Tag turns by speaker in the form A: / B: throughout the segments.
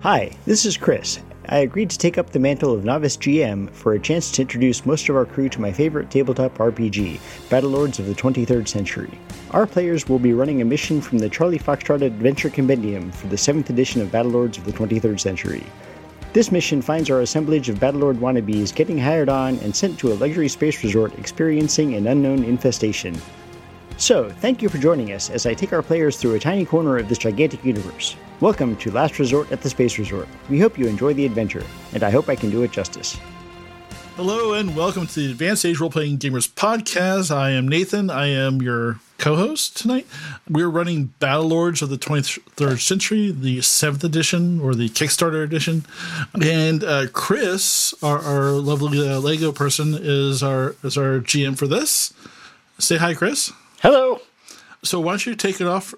A: Hi, this is Chris. I agreed to take up the mantle of novice GM for a chance to introduce most of our crew to my favorite tabletop RPG, Battlelords of the 23rd Century. Our players will be running a mission from the Charlie Foxtrot Adventure Compendium for the 7th edition of Battlelords of the 23rd Century. This mission finds our assemblage of Battlelord wannabes getting hired on and sent to a luxury space resort experiencing an unknown infestation. So, thank you for joining us as I take our players through a tiny corner of this gigantic universe. Welcome to Last Resort at the Space Resort. We hope you enjoy the adventure, and I hope I can do it justice.
B: Hello and welcome to the Advanced Age Role Playing Gamers podcast. I am Nathan. I am your co-host tonight. We're running Battlelords of the 23rd Century, the 7th edition or the Kickstarter edition. And uh, Chris, our, our lovely uh, Lego person is our is our GM for this. Say hi, Chris.
C: Hello.
B: So why don't you take it off?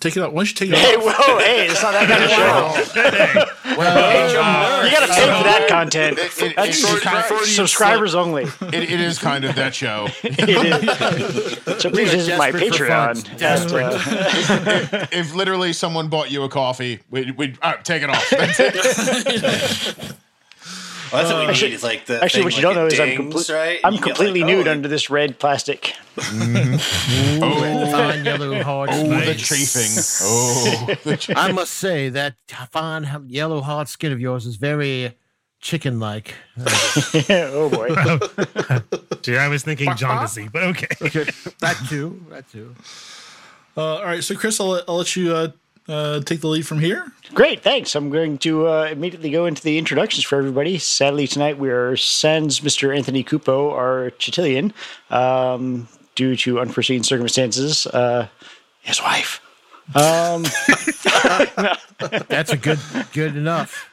B: Take it out. Why don't you take it
C: Hey,
B: off?
C: whoa, hey, it's not that kind of show. You gotta pay for that content.
D: It- it-
C: That's
D: it's already- it's already-
C: subscribers only.
D: It, it is kind of that show.
C: So please visit my Patreon. That's, uh,
D: if literally someone bought you a coffee, we'd, we'd all right, take it off. That's it.
E: Well, that's what we need. Is like the
C: Uh, Actually, what you
E: thing, like,
C: don't know
E: it
C: is I'm,
E: dings,
C: comple-
E: right?
C: I'm
E: You get, like,
C: completely
E: oh,
C: nude
E: it-
C: under this red plastic.
D: Oh,
F: fine yellow hearts.
D: oh, the
F: nice.
D: chafing. Oh, the chafing.
F: I must say that fine h- yellow hard skin of yours is very chicken-like.
C: oh boy.
G: Gee, I was thinking jaundicey, but okay.
F: That too. That too.
B: Uh, all right. So Chris, I'll, let- I'll let you uh, uh, take the lead from here.
C: Great, thanks. I'm going to uh, immediately go into the introductions for everybody. Sadly, tonight we are sans Mr. Anthony Cupo, our Chitillion, um, due to unforeseen circumstances. Uh, his wife.
F: That's a good, good enough.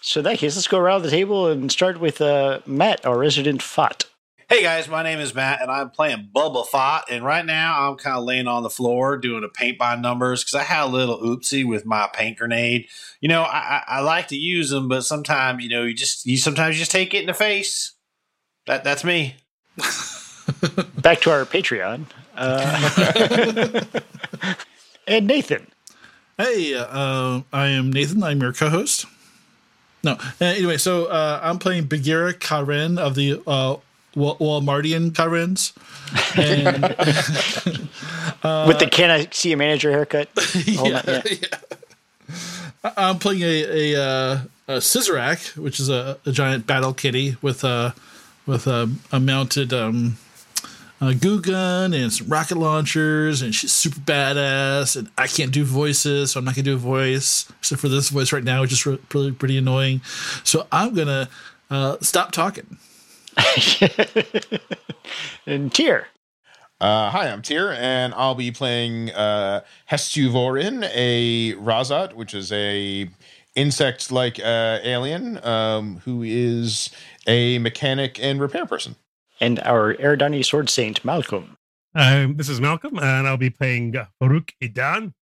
C: So, in that case, let's go around the table and start with uh, Matt, our resident Fot.
E: Hey guys, my name is Matt, and I'm playing Bubba Fott. And right now, I'm kind of laying on the floor doing a paint by numbers because I had a little oopsie with my paint grenade. You know, I, I, I like to use them, but sometimes you know, you just you sometimes you just take it in the face. That that's me.
C: Back to our Patreon. Uh, and Nathan.
B: Hey, uh, I am Nathan. I'm your co-host. No, uh, anyway, so uh, I'm playing Bagheera Karen of the uh, Wal- Walmartian Karens. And,
C: with the can I see a manager haircut? Hold on, yeah.
B: I'm playing a a, uh, a Scissorak, which is a, a giant battle kitty with a with a, a mounted um, a goo gun and some rocket launchers, and she's super badass. And I can't do voices, so I'm not gonna do a voice except for this voice right now, which is re- pretty pretty annoying. So I'm gonna uh, stop talking.
C: And Tier.
D: Uh, hi, I'm Tyr, and I'll be playing uh, Hestuvorin, a Razat, which is a insect-like uh, alien um, who is a mechanic and repair person.
C: And our Eridani sword saint, Malcolm.
G: Um, this is Malcolm, and I'll be playing uh, Farouk Idan,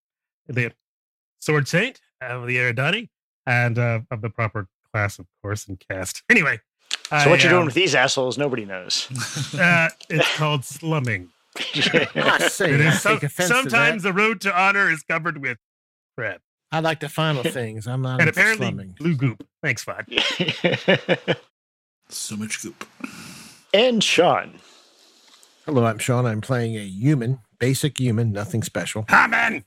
G: the sword saint of the Eridani, and uh, of the proper class, of course, and cast. Anyway,
C: So, what you're doing with these assholes, nobody knows.
G: uh, it's called slumming.
F: I say,
G: It
F: I
G: is so-
F: take offense
G: sometimes
F: sometimes.
G: the road to honor is covered with crap,
F: I like the final things. I'm
C: Oh,
F: not
G: and
F: into
G: apparently
F: slumming.
G: blue goop. Thanks, Fod.
B: So much goop.
C: and Sean.
F: Hello, I'm Sean. I'm playing a human, basic human, nothing special.
G: Amen.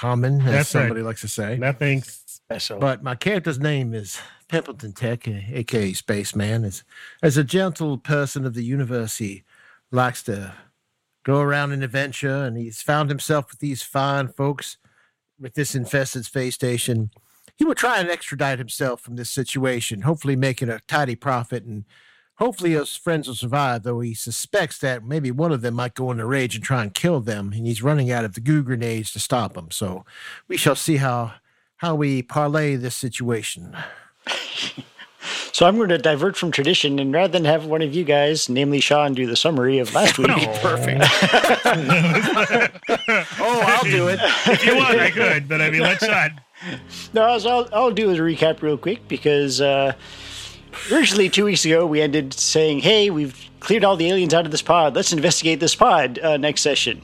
F: Human, as
G: That's right.
F: somebody likes to say.
G: Nothing special.
F: But my character's name is Pimpleton Tech, aka Spaceman. As, as a gentle person of the universe, he likes to go around and adventure, and he's found himself with these fine folks with this infested space station. He will try and extradite himself from this situation, hopefully making a tidy profit, and hopefully his friends will survive. Though he suspects that maybe one of them might go into rage and try and kill them, and he's running out of the goo grenades to stop him. So we shall see how how we parlay this situation.
C: So, I'm going to divert from tradition and rather than have one of you guys, namely Sean, do the summary of last week.
G: perfect.
F: Oh, I'll do it.
G: if you want, I could, but I mean, let's not.
C: No, I'll, I'll- I'll do a recap real quick because uh, originally two weeks ago we ended saying, hey, we've cleared all the aliens out of this pod. Let's investigate this pod uh, next session.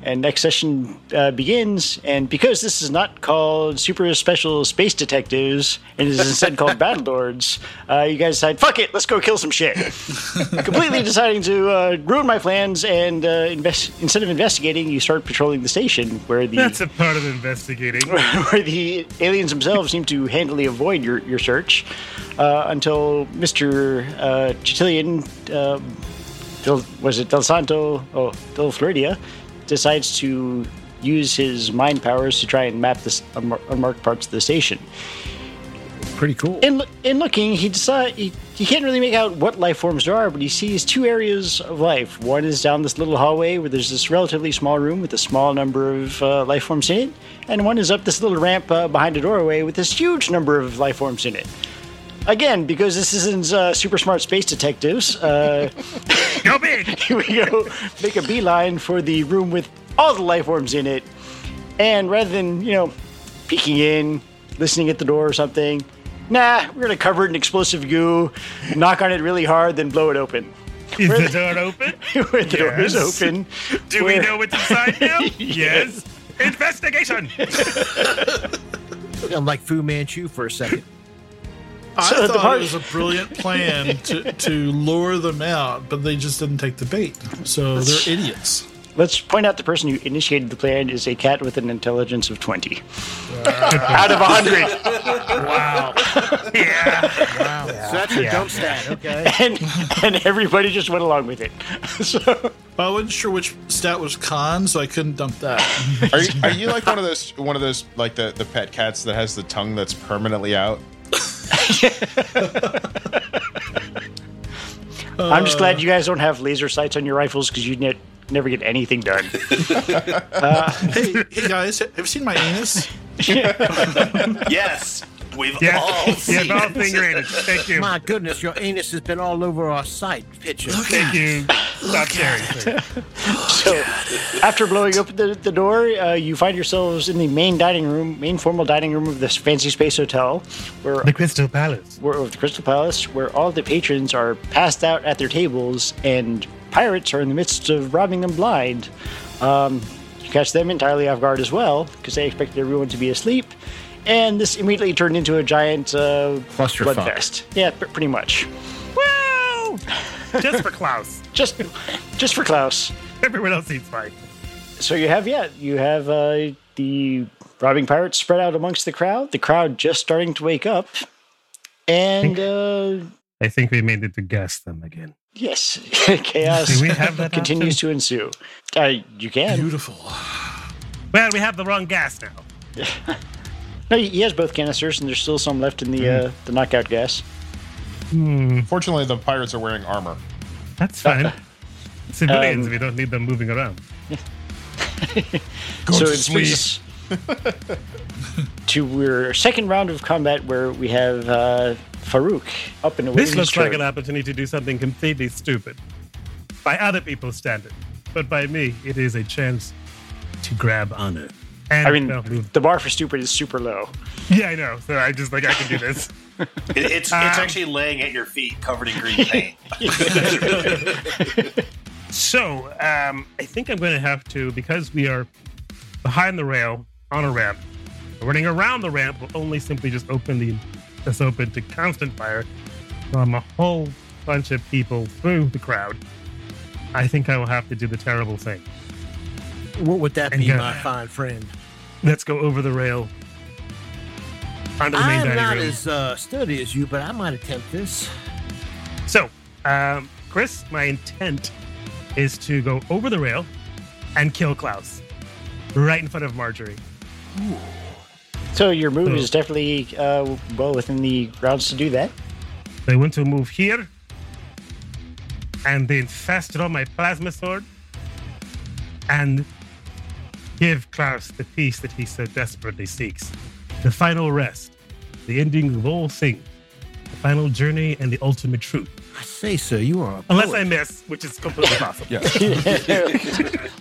C: And next session uh, begins. And because this is not called Super Special Space Detectives and is instead called Battlelords, uh, you guys decide, fuck it, let's go kill some shit. Completely deciding to uh, ruin my plans. And uh, invest- instead of investigating, you start patrolling the station where the
G: That's a part of investigating.
C: where the aliens themselves seem to handily avoid your, your search uh, until Mr. Uh, Chitillion, um, Del, was it Del Santo? Oh, Del Floridia, decides to use his mind powers to try and map this unmar- unmarked parts of the station.
F: Pretty cool.
C: In, loo- in looking, he decide he, he can't really make out what life forms there are, but he sees two areas of life. One is down this little hallway where there's this relatively small room with a small number of uh, life forms in it, and one is up this little ramp uh, behind a doorway with this huge number of life forms in it. Again, because this isn't uh, super smart space detectives, uh,
G: Go big.
C: here we go make a beeline for the room with all the life forms in it. And rather than, you know, peeking in, listening at the door or something, nah, we're going to cover it in explosive goo, knock on it really hard, then blow it open.
G: Is
C: Where
G: the
C: the-
G: door open?
C: Where the door is
G: Yes.
C: open.
G: Do we
C: where-
G: know what's inside now? yes. Investigation.
F: I'm like Fu Manchu for a second.
B: I
C: So the
B: thought
C: part-
B: it was a brilliant plan to, to lure them out, but they just didn't take the bait. So they're idiots.
C: Let's point out the person who initiated the plan is a cat with an intelligence of 20. out of 100.
G: wow. Yeah.
F: Wow. So that's your
G: Yeah.
F: dump stat. Okay.
C: And, and everybody just went along with it. So,
B: I wasn't sure which stat was con, so I couldn't dump that.
D: Are you, are you like one of those one of those like the, the pet cats that has the tongue that's permanently out?
C: I'm just
G: Uh.
C: glad you guys don't have laser sights on your rifles because you'd ne- never get anything done.
B: hey, hey guys, have you seen my anus?
E: Yes, we've
G: Yeah.
E: all
G: yeah.
E: seen
G: Ball
E: it.
G: finger in it. Thank you.
F: My goodness, your anus has been all over our site picture.
G: Thank you. Stop sharing. sir.
C: So, after blowing open the, the door, uh, you find yourselves in the main dining room, main formal dining room of this fancy space hotel, where,
G: The Crystal Palace.
C: where of the Crystal Palace, where all the patrons are passed out at their tables, and pirates are in the midst of robbing them blind. Um, you catch them entirely off guard as well, because they expected everyone to be asleep, and this immediately turned into a giant uh,
F: Clusterfuck.
C: bloodfest. Yeah, pr- pretty much.
G: Wow. Just for Klaus.
C: Just, just for Klaus.
G: Everyone else eats fine.
C: so you have yeah you have uh, the robbing pirates spread out amongst the crowd the crowd just starting to wake up and uh,
G: I think we made it to gas them again.
C: yes chaos
G: Do we have that
C: continues to ensue uh, you can
B: Beautiful.
G: Well, we have the wrong gas now.
C: no he has both canisters and there's still some left in the
G: Hmm.
C: uh, the knockout gas
D: Fortunately, the pirates are wearing armor.
G: That's fine. Civilians,
C: Um,
G: we don't need them moving around.
C: so it brings us to our second round of combat where we have uh, Farouk up and away
G: This looks like an opportunity to do something completely stupid by other people's standards, but by me, it is a chance to grab honor. And
C: I mean,
G: well, move-
C: the bar for stupid is super low.
G: yeah, I know. So I just like I can do this.
E: It- it's
G: Um,
E: it's actually laying at your feet, covered in green paint.
G: So um, I think I'm going to have to because we are behind the rail on a ramp. Running around the ramp will only simply just open the this open to constant fire from a whole bunch of people through the crowd. I think I will have to do the terrible thing.
F: What would that
G: And
F: be,
G: go-
F: my fine friend?
G: Let's go over the rail onto the main
F: I'm
G: dining
F: not
G: room.
F: as uh, sturdy as you, but I might attempt this.
G: So, um, Chris, my intent is to go over the rail and kill Klaus right in front of Marjorie.
C: So your move
G: Hmm.
C: is definitely uh, well within the grounds to do that.
G: So I want to move here and then fast draw my plasma sword and give Klaus the peace that he so desperately seeks. The final rest, the ending of all things, the final journey, and the ultimate truth.
F: I say, sir, you are a
G: Unless I
F: poet.
G: miss, which is completely possible.
D: Yeah.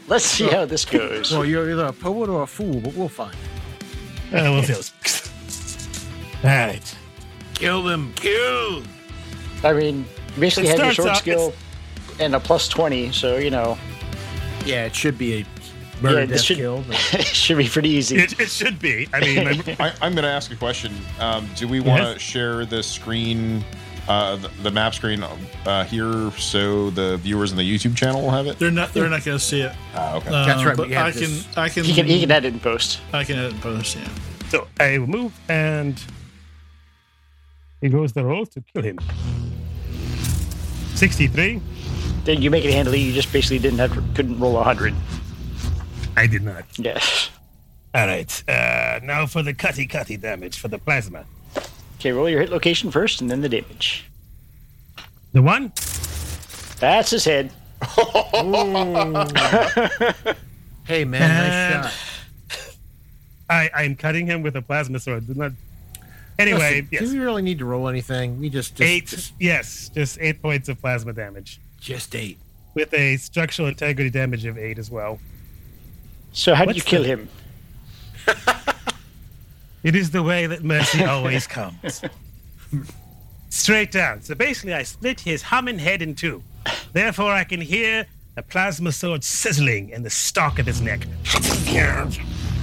C: Let's see how this goes.
F: Well, you're either a poet or a fool, but we'll find. it.
G: Uh, we'll see. All right.
F: Kill them. Kill.
C: I mean, you basically
G: It
C: had your
G: starts
C: sword skill
G: out-
C: and a plus twenty, so you know.
F: Yeah, it should be a Murder,
C: Yeah, this
F: death,
C: should-
F: kill. but-
C: it should be pretty easy.
G: It, it should be. I mean, I'm,
D: I, I'm going to ask a question. Um, do we want to
G: Yes.
D: share the screen, uh, the, the map screen, uh, here so the viewers on the YouTube channel will have it?
B: They're not. They're not going to see it.
D: Ah, okay.
B: Uh,
F: That's right,
B: But
F: we have
B: I
F: this-
B: can. I can.
C: he, can, he can edit in post.
B: I can edit post. Yeah.
G: so I will move and he goes the roll to kill him. 63.
C: Then you make it handily. You just basically didn't have couldn't roll a hundred.
G: I did not.
C: Yeah.
G: All right. Uh, now for the cutty cutty damage for the plasma.
C: Okay, roll your hit location first, and then the damage.
G: The one?
C: That's his head.
F: Hey man,
G: And-
F: nice shot.
G: I, I'm cutting him with a plasma sword. Do not. Anyway,
F: Listen,
G: yes.
F: Do we really need to roll anything? We just, just
G: Eight.
F: just,
G: yes, just eight points of plasma damage
F: just eight.
G: with a structural integrity damage of eight as well.
C: So how did you
G: What's
C: kill
G: the-
C: him?
G: It is the way that mercy always comes. Straight down. So basically, I split his humming head in two. Therefore, I can hear the plasma sword sizzling in the stalk of his neck.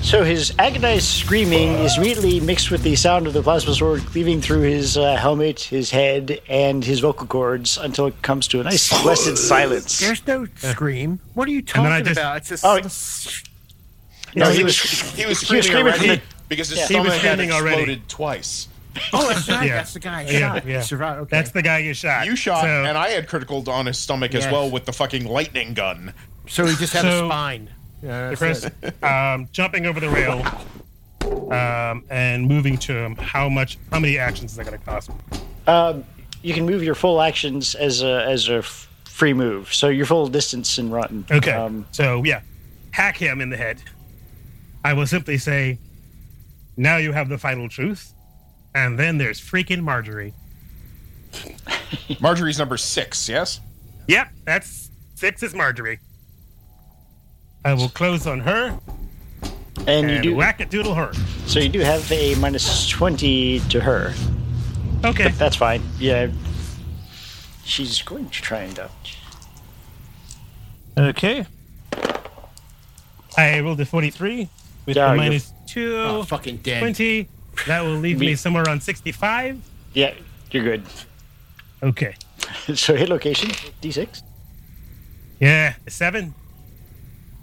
C: So his agonized screaming is immediately mixed with the sound of the plasma sword cleaving through his uh, helmet, his head, and his vocal cords until it comes to a nice blessed silence.
F: There's no scream. What are you
G: then I
F: talking
G: just-
F: about? It's just
C: Oh,
D: No,
C: he
D: he was
C: was-
D: he was
C: he was
D: screaming,
C: screaming from
D: already
C: the-
D: because his
C: yeah.
G: He was
D: stomach had
G: screaming
D: exploded
G: already.
D: twice.
F: oh, that's right.
G: Yeah.
F: That's the guy. I
G: Yeah,
F: shot.
G: yeah.
F: Survived. Okay.
G: That's the guy you shot.
D: You shot,
G: So-
D: and I had critical on his stomach as
F: Yes.
D: well with the fucking lightning gun.
F: so he just had
G: So-
F: a spine. Yeah, that's
G: Chris,
F: it.
G: um, jumping over the rail um, and moving to him, how much, how many actions is that going to cost me?
C: You can move your full actions as a as a f- free move. So your full distance and run.
G: Okay.
C: Um,
G: so, yeah, hack him in the head. I will simply say, now you have the final truth. And then there's freaking Marjorie.
D: Marjorie's number six, yes?
G: Yep, that's six is Marjorie. I will close on her
C: and you
G: and
C: do
G: whack a doodle her.
C: so you do have a minus twenty to her.
G: Okay.
C: That's fine. Yeah. She's going to try and dodge.
G: Okay. I rolled a 43 with
C: Yeah,
G: a
C: you're-
G: minus two.
F: Oh, fucking dead.
G: 20. That will leave
C: Me-
G: me somewhere around 65.
C: Yeah, you're good.
G: Okay.
C: so hit location d6
G: Yeah. a Seven?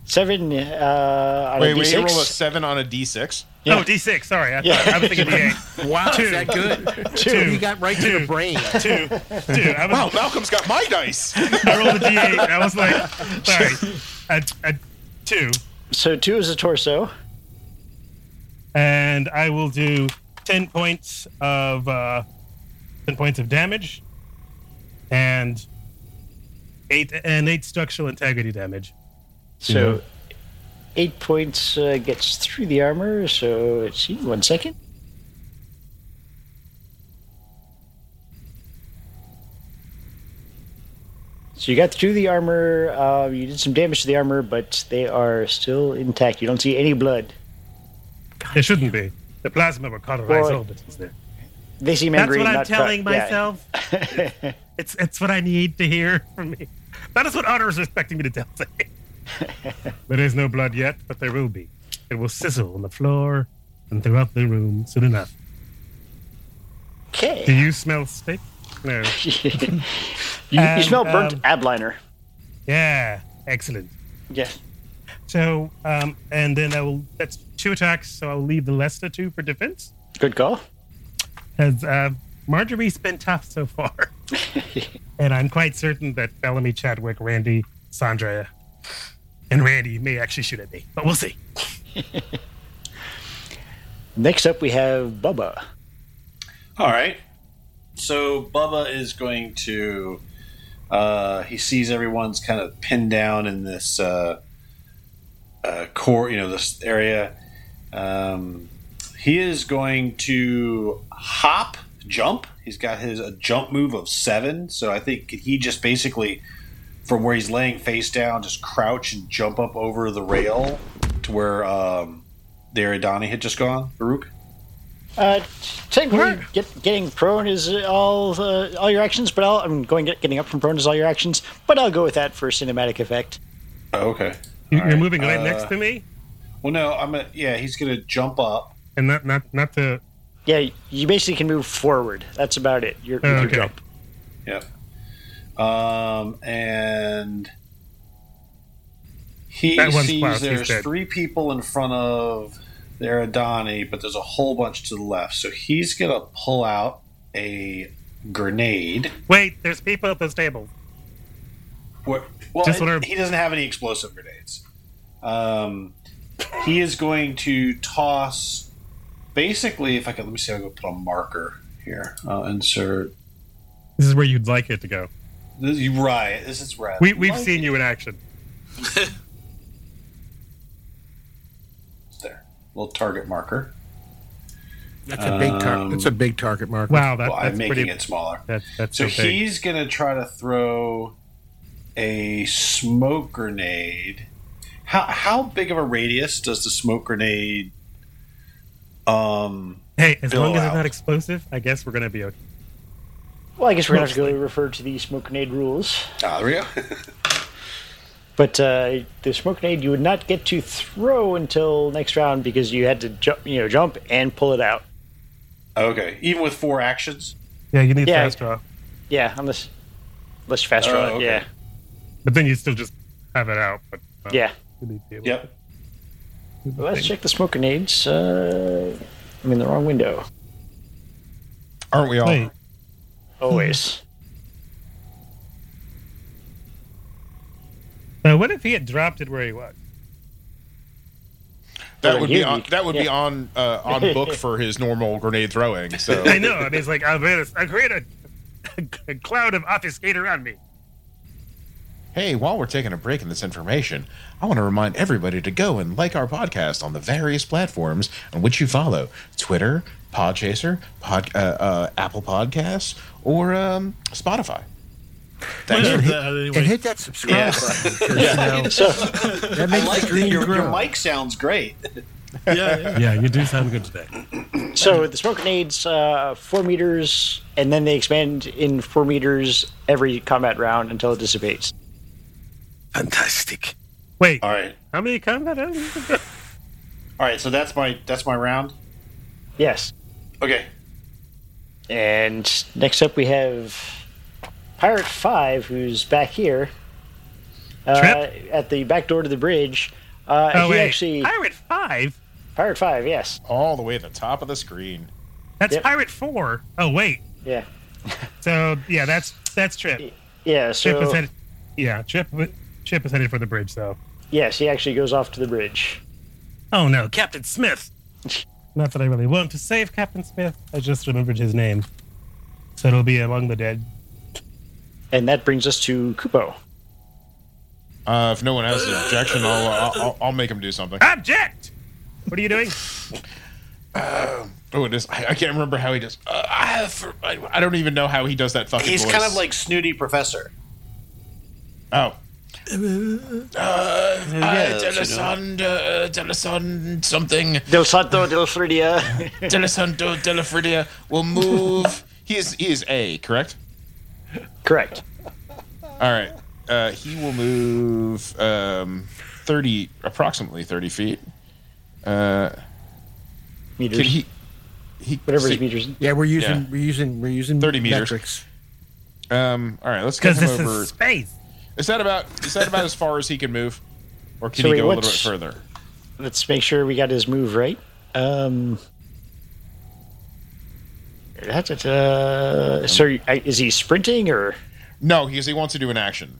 C: seven uh, on
D: Wait,
C: a
D: wait,
C: d6.
D: he rolled a seven on a d6.
C: Yeah.
G: Oh, D6. Sorry. I,
C: Yeah.
G: thought I was thinking D8.
F: Wow,
G: Two.
F: is that good?
G: Two.
F: He got right to the brain.
G: Two. Two. I, was,
D: Wow, Malcolm's got my dice.
G: I rolled a D8. I was like, sorry. A, a two.
C: so two is a torso.
G: And I will do 10 points of uh, 10 points of damage and eight and eight structural integrity damage.
C: So eight points uh, gets through the armor. So let's see. One second. So you got through the armor. Uh, you did some damage to the armor, but they are still intact. You don't see any blood.
G: There shouldn't be. The plasma will cauterize
C: Well,
G: all this. Is there?
C: They seem
G: That's
C: angry.
G: what I'm
C: not cut.
G: telling
C: Yeah.
G: myself. it's it's what I need to hear from me. That is what honor is expecting me to tell. me. there is no blood yet, but there will be. It will sizzle on the floor and throughout the room soon enough.
C: Okay.
G: Do you smell steak? No.
C: You, you
G: And,
C: smell burnt
G: um,
C: ab liner.
G: Yeah. Excellent.
C: Yeah.
G: So, um, and then I will. That's two attacks. So I'll leave the Lester two for defense.
C: Good call.
G: Because uh, Marjorie's been tough so far. and I'm quite certain that Bellamy, Chadwick, Randy, Sandra, and Randy may actually shoot at me, but we'll see.
C: Next up, we have Bubba.
E: All right. So Bubba is going to. Uh, he sees everyone's kind of pinned down in this uh, uh, core, you know, this area. Um, he is going to hop, jump. He's got his a jump move of seven. So I think could he just basically, from where he's laying face down, just crouch and jump up over the rail to where um, the Aridani had just gone. Baruch.
C: Uh,
E: Hmm.
C: technically, get, getting prone is all uh, all your actions, but I'll, I'm going get, getting up from prone is all your actions. But I'll go with that for cinematic effect.
E: Oh, okay.
G: You, you're
E: right,
G: moving right
E: uh,
G: next to me,
E: Well, no, I'm gonna. Yeah, he's gonna jump up.
G: and not not not to.
C: Yeah, you basically can move forward. That's about it. You're,
G: Oh,
C: you
G: okay.
C: can jump.
E: Yep. Um, and he
G: That one's
E: sees
G: close, he's
E: there's
G: dead.
E: three people in front of their Adani, but there's a whole bunch to the left. So he's gonna pull out a grenade.
G: Wait, there's people at this table.
E: What? Well,
G: Just
E: it-
G: let her-
E: he doesn't have any explosive grenades. Um, he is going to toss. Basically, if I could, let me see. I'll go put a marker here. I'll insert.
G: This is where you'd like it to go.
E: This, you right. This is right.
G: We we've seen you in action.
E: there. Little target marker.
F: That's a big tar-
E: Um,
F: That's a big target marker.
G: Wow, that,
E: well, I'm
G: that's
E: making
G: pretty.
E: it smaller.
G: That's that's
E: So
G: so big.
E: he's gonna try to throw a smoke grenade. How how big of a radius does the smoke grenade? Um.
G: Hey, as long as
E: blowout.
G: it's not explosive, I guess we're gonna be okay.
C: Well, I guess we're going to have to go refer to the smoke grenade rules.
E: Ah, there we go.
C: But uh, the smoke grenade you would not get to throw until next round because you had to jump, you know, jump and pull it out.
E: Okay, even with four actions.
G: Yeah, you need
C: Yeah.
G: fast draw,
C: Yeah, unless unless you fast
E: Oh,
C: draw it.
E: okay.
C: Yeah,
G: but then you still just have it out. But uh,
C: yeah.
G: you need to be able
E: Yep.
G: to do the
C: Well, let's
G: thing.
C: check the smoke grenades. Uh, I'm in the wrong window.
D: Aren't we all?
G: Wait,
C: Always.
G: now uh, what if he had dropped it where he was?
D: That would be
C: Yeah,
D: on.
C: you-
D: That would be
C: yeah.
D: on uh, on book for his normal grenade throwing. So
G: I know. I mean, it's like I made a, I created a, a cloud of obfuscate around me.
D: Hey, while we're taking a break in this information, I want to remind everybody to go and like our podcast on the various platforms on which you follow Twitter, Podchaser, Pod, uh, uh, Apple Podcasts, or um, Spotify. Thanks.
B: Yeah,
D: for-
B: that
F: And
B: anyway.
F: hit that subscribe
E: Yeah.
F: button. 'cause, you know, that
E: I
F: makes
E: like
F: the
E: that
F: green
E: your, your
F: grow.
E: mic sounds great.
B: Yeah, yeah.
G: Yeah, you do sound good today.
C: So the smoke grenades, uh, four meters, and then they expand in four meters every combat round until it dissipates.
H: Fantastic.
G: Wait,
E: All right,
G: how many combat? items?
E: all right. So that's my that's my round.
C: Yes.
E: Okay.
C: And next up we have Pirate Five, who's back here uh,
G: Trip?
C: at the back door to the bridge. Uh,
G: Oh
C: he
G: wait,
C: actually
G: pirate five.
C: Pirate Five, yes,
D: all the way at the top of the screen.
G: That's
C: Yep.
G: pirate four. Oh wait,
C: yeah,
G: so yeah, that's that's Trip.
C: yeah.
G: Trip is
C: So
G: headed. Yeah, Trip. Trip is headed for the bridge, though.
C: yes, he actually goes off to the bridge.
G: Oh no, Captain Smith. Not that I really want to save Captain Smith. I just remembered his name. So it'll be among the dead.
C: And that brings us to Kupo.
D: Uh, if no one has an objection, I'll, uh, I'll I'll make him do something.
G: Object. What are you doing?
D: Oh, it is. I, I can't remember how he does. Uh, I, have, I I don't even know how he does that fucking.
E: He's
D: voice.
E: kind of like snooty professor.
D: oh.
E: yeah,
D: Uh,
E: that's what
D: Delason, uh, Delason, something.
C: Del Santo, Del Fridia.
D: Delasanto Delafridia will move. he is he is A, correct?
C: Correct.
D: All right. Uh, he will move um, thirty, approximately thirty feet. Uh,
C: Meters.
D: can he? He
C: Whatever
D: see-
C: his meters.
F: Yeah, we're using
D: Yeah.
F: we're using we're using
D: 30 meters.
F: metrics.
D: Um. All right. Let's get
G: Because
D: him
G: this
D: over.
G: is space.
D: Is that about? Is that about as far as he can move, or can
C: So
D: he
C: wait,
D: go a little bit
C: what's-
D: further?
C: Let's make sure we got his move right. Um. da, da, da. So, I- is he sprinting or?
D: No, because he wants to do an action.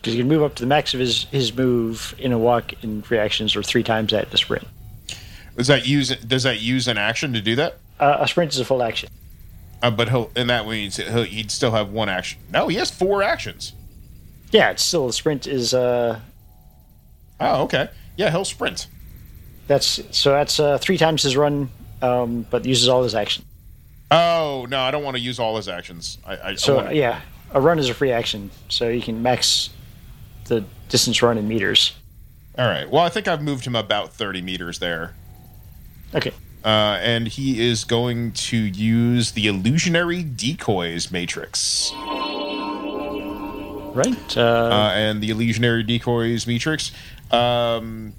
C: Because he can move up to the max of his, his move in a walk in reactions, or three times that in a sprint.
D: Does that use? Does that use an action to do that?
C: Uh, a sprint is a full action.
D: Uh, but he'll, and that means he'll, he'd still have one action. No, he has four actions.
C: Yeah, it's still a sprint is uh
D: Oh, okay. Yeah, he'll sprint.
C: that's so that's uh, three times his run, um, but uses all his action.
D: Oh no, I don't want to use all his actions. I, I,
C: So
D: I want
C: yeah, a run is a free action, so you can max the distance run in meters.
D: All right. Well, I think I've moved him about thirty meters there,
C: Okay,
D: uh, and he is going to use the illusionary decoys matrix.
C: right? Uh,
D: uh, and the illusionary decoys matrix. Um,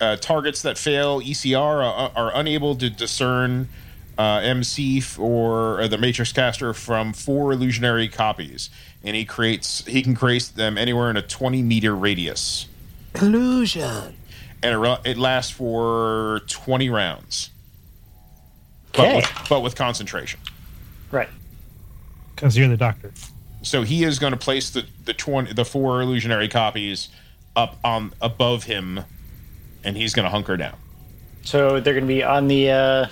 D: uh, targets that fail ECR are, uh, are unable to discern uh, MC f- or uh, the matrix caster from four illusionary copies, and he creates he can create them anywhere in a twenty meter radius,
H: Illusion.
D: and it, ru- it lasts for twenty rounds, but
C: okay.
D: with, but with concentration.
C: Right.
G: Because you're the doctor.
D: So he is going to place the the twenty the four illusionary copies up on above him, and he's going to hunker down.
C: So they're going to be on the uh,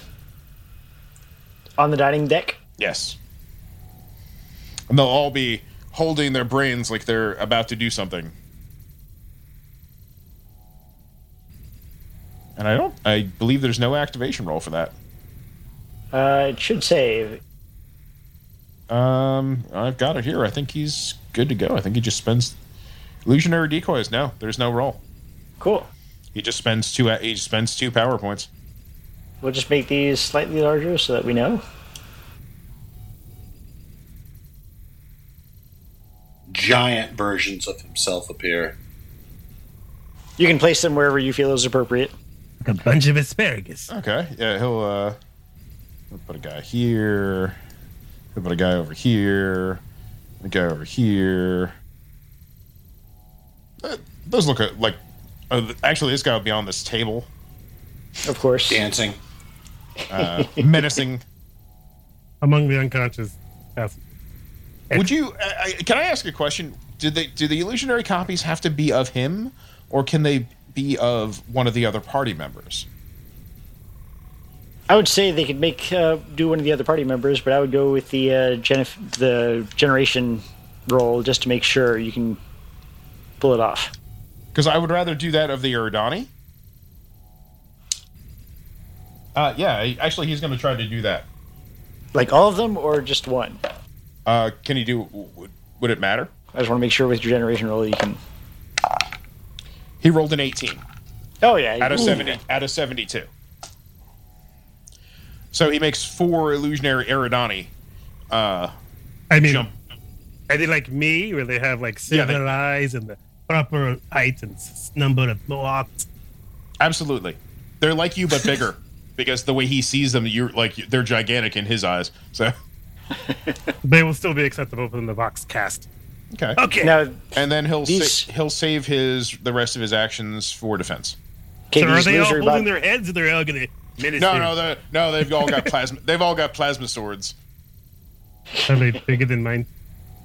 C: on the dining deck.
D: Yes. And they'll all be holding their brains like they're about to do something. And I don't I believe there's no activation roll for that.
C: Uh, it should save.
D: Um I've got it here. I think he's good to go. I think he just spends illusionary decoys. No, there's no roll.
C: Cool.
D: He just spends two he spends two power points.
C: We'll just make these slightly larger so that we know.
E: Giant versions of himself appear.
C: You can place them wherever you feel is appropriate.
G: Like a bunch of asparagus.
D: Okay. Yeah, he'll uh he'll put a guy here. He'll put a guy over here. A guy over here. Uh, those look uh, like uh, th- actually this guy would be on this table.
C: Of course.
E: Dancing.
D: Uh, menacing.
G: Among the unconscious. Yes.
D: Would you uh, I, can I ask a question? Did they do the illusionary copies have to be of him or can they be of one of the other party members?
C: I would say they could make uh, do one of the other party members, but I would go with the uh, gen- the generation role just to make sure you can pull it off.
D: Because I would rather do that of the Urdani. Uh, yeah, he- actually, he's going to try to do that.
C: Like all of them, or just one.
D: Uh, can he do? Would, would it matter?
C: I just want to make sure with your generation role you can.
D: He rolled an eighteen
C: Oh yeah.
D: out of
C: Ooh.
D: seventy out of seventy-two. So he makes four illusionary Eridani. Uh,
G: I mean,
D: jump.
G: are they like me where they have like
D: Yeah,
G: silver
D: they-
G: eyes and the proper height and s- number of mohawks?
D: Absolutely, they're like you but bigger because the way he sees them, you're like they're gigantic in his eyes. So
G: They will still be acceptable within the box cast.
D: okay,
G: Okay.
C: Now,
D: and then he'll
C: Oh. These-
D: sa- he'll save his the rest of his actions for defense.
C: okay,
G: so are
C: these
G: they all
C: loser
G: holding
C: bo-
G: their heads or they're all going to minister?
D: No, no, they're- no. They've all got plasma. They've all got plasma swords.
G: Are they bigger than mine?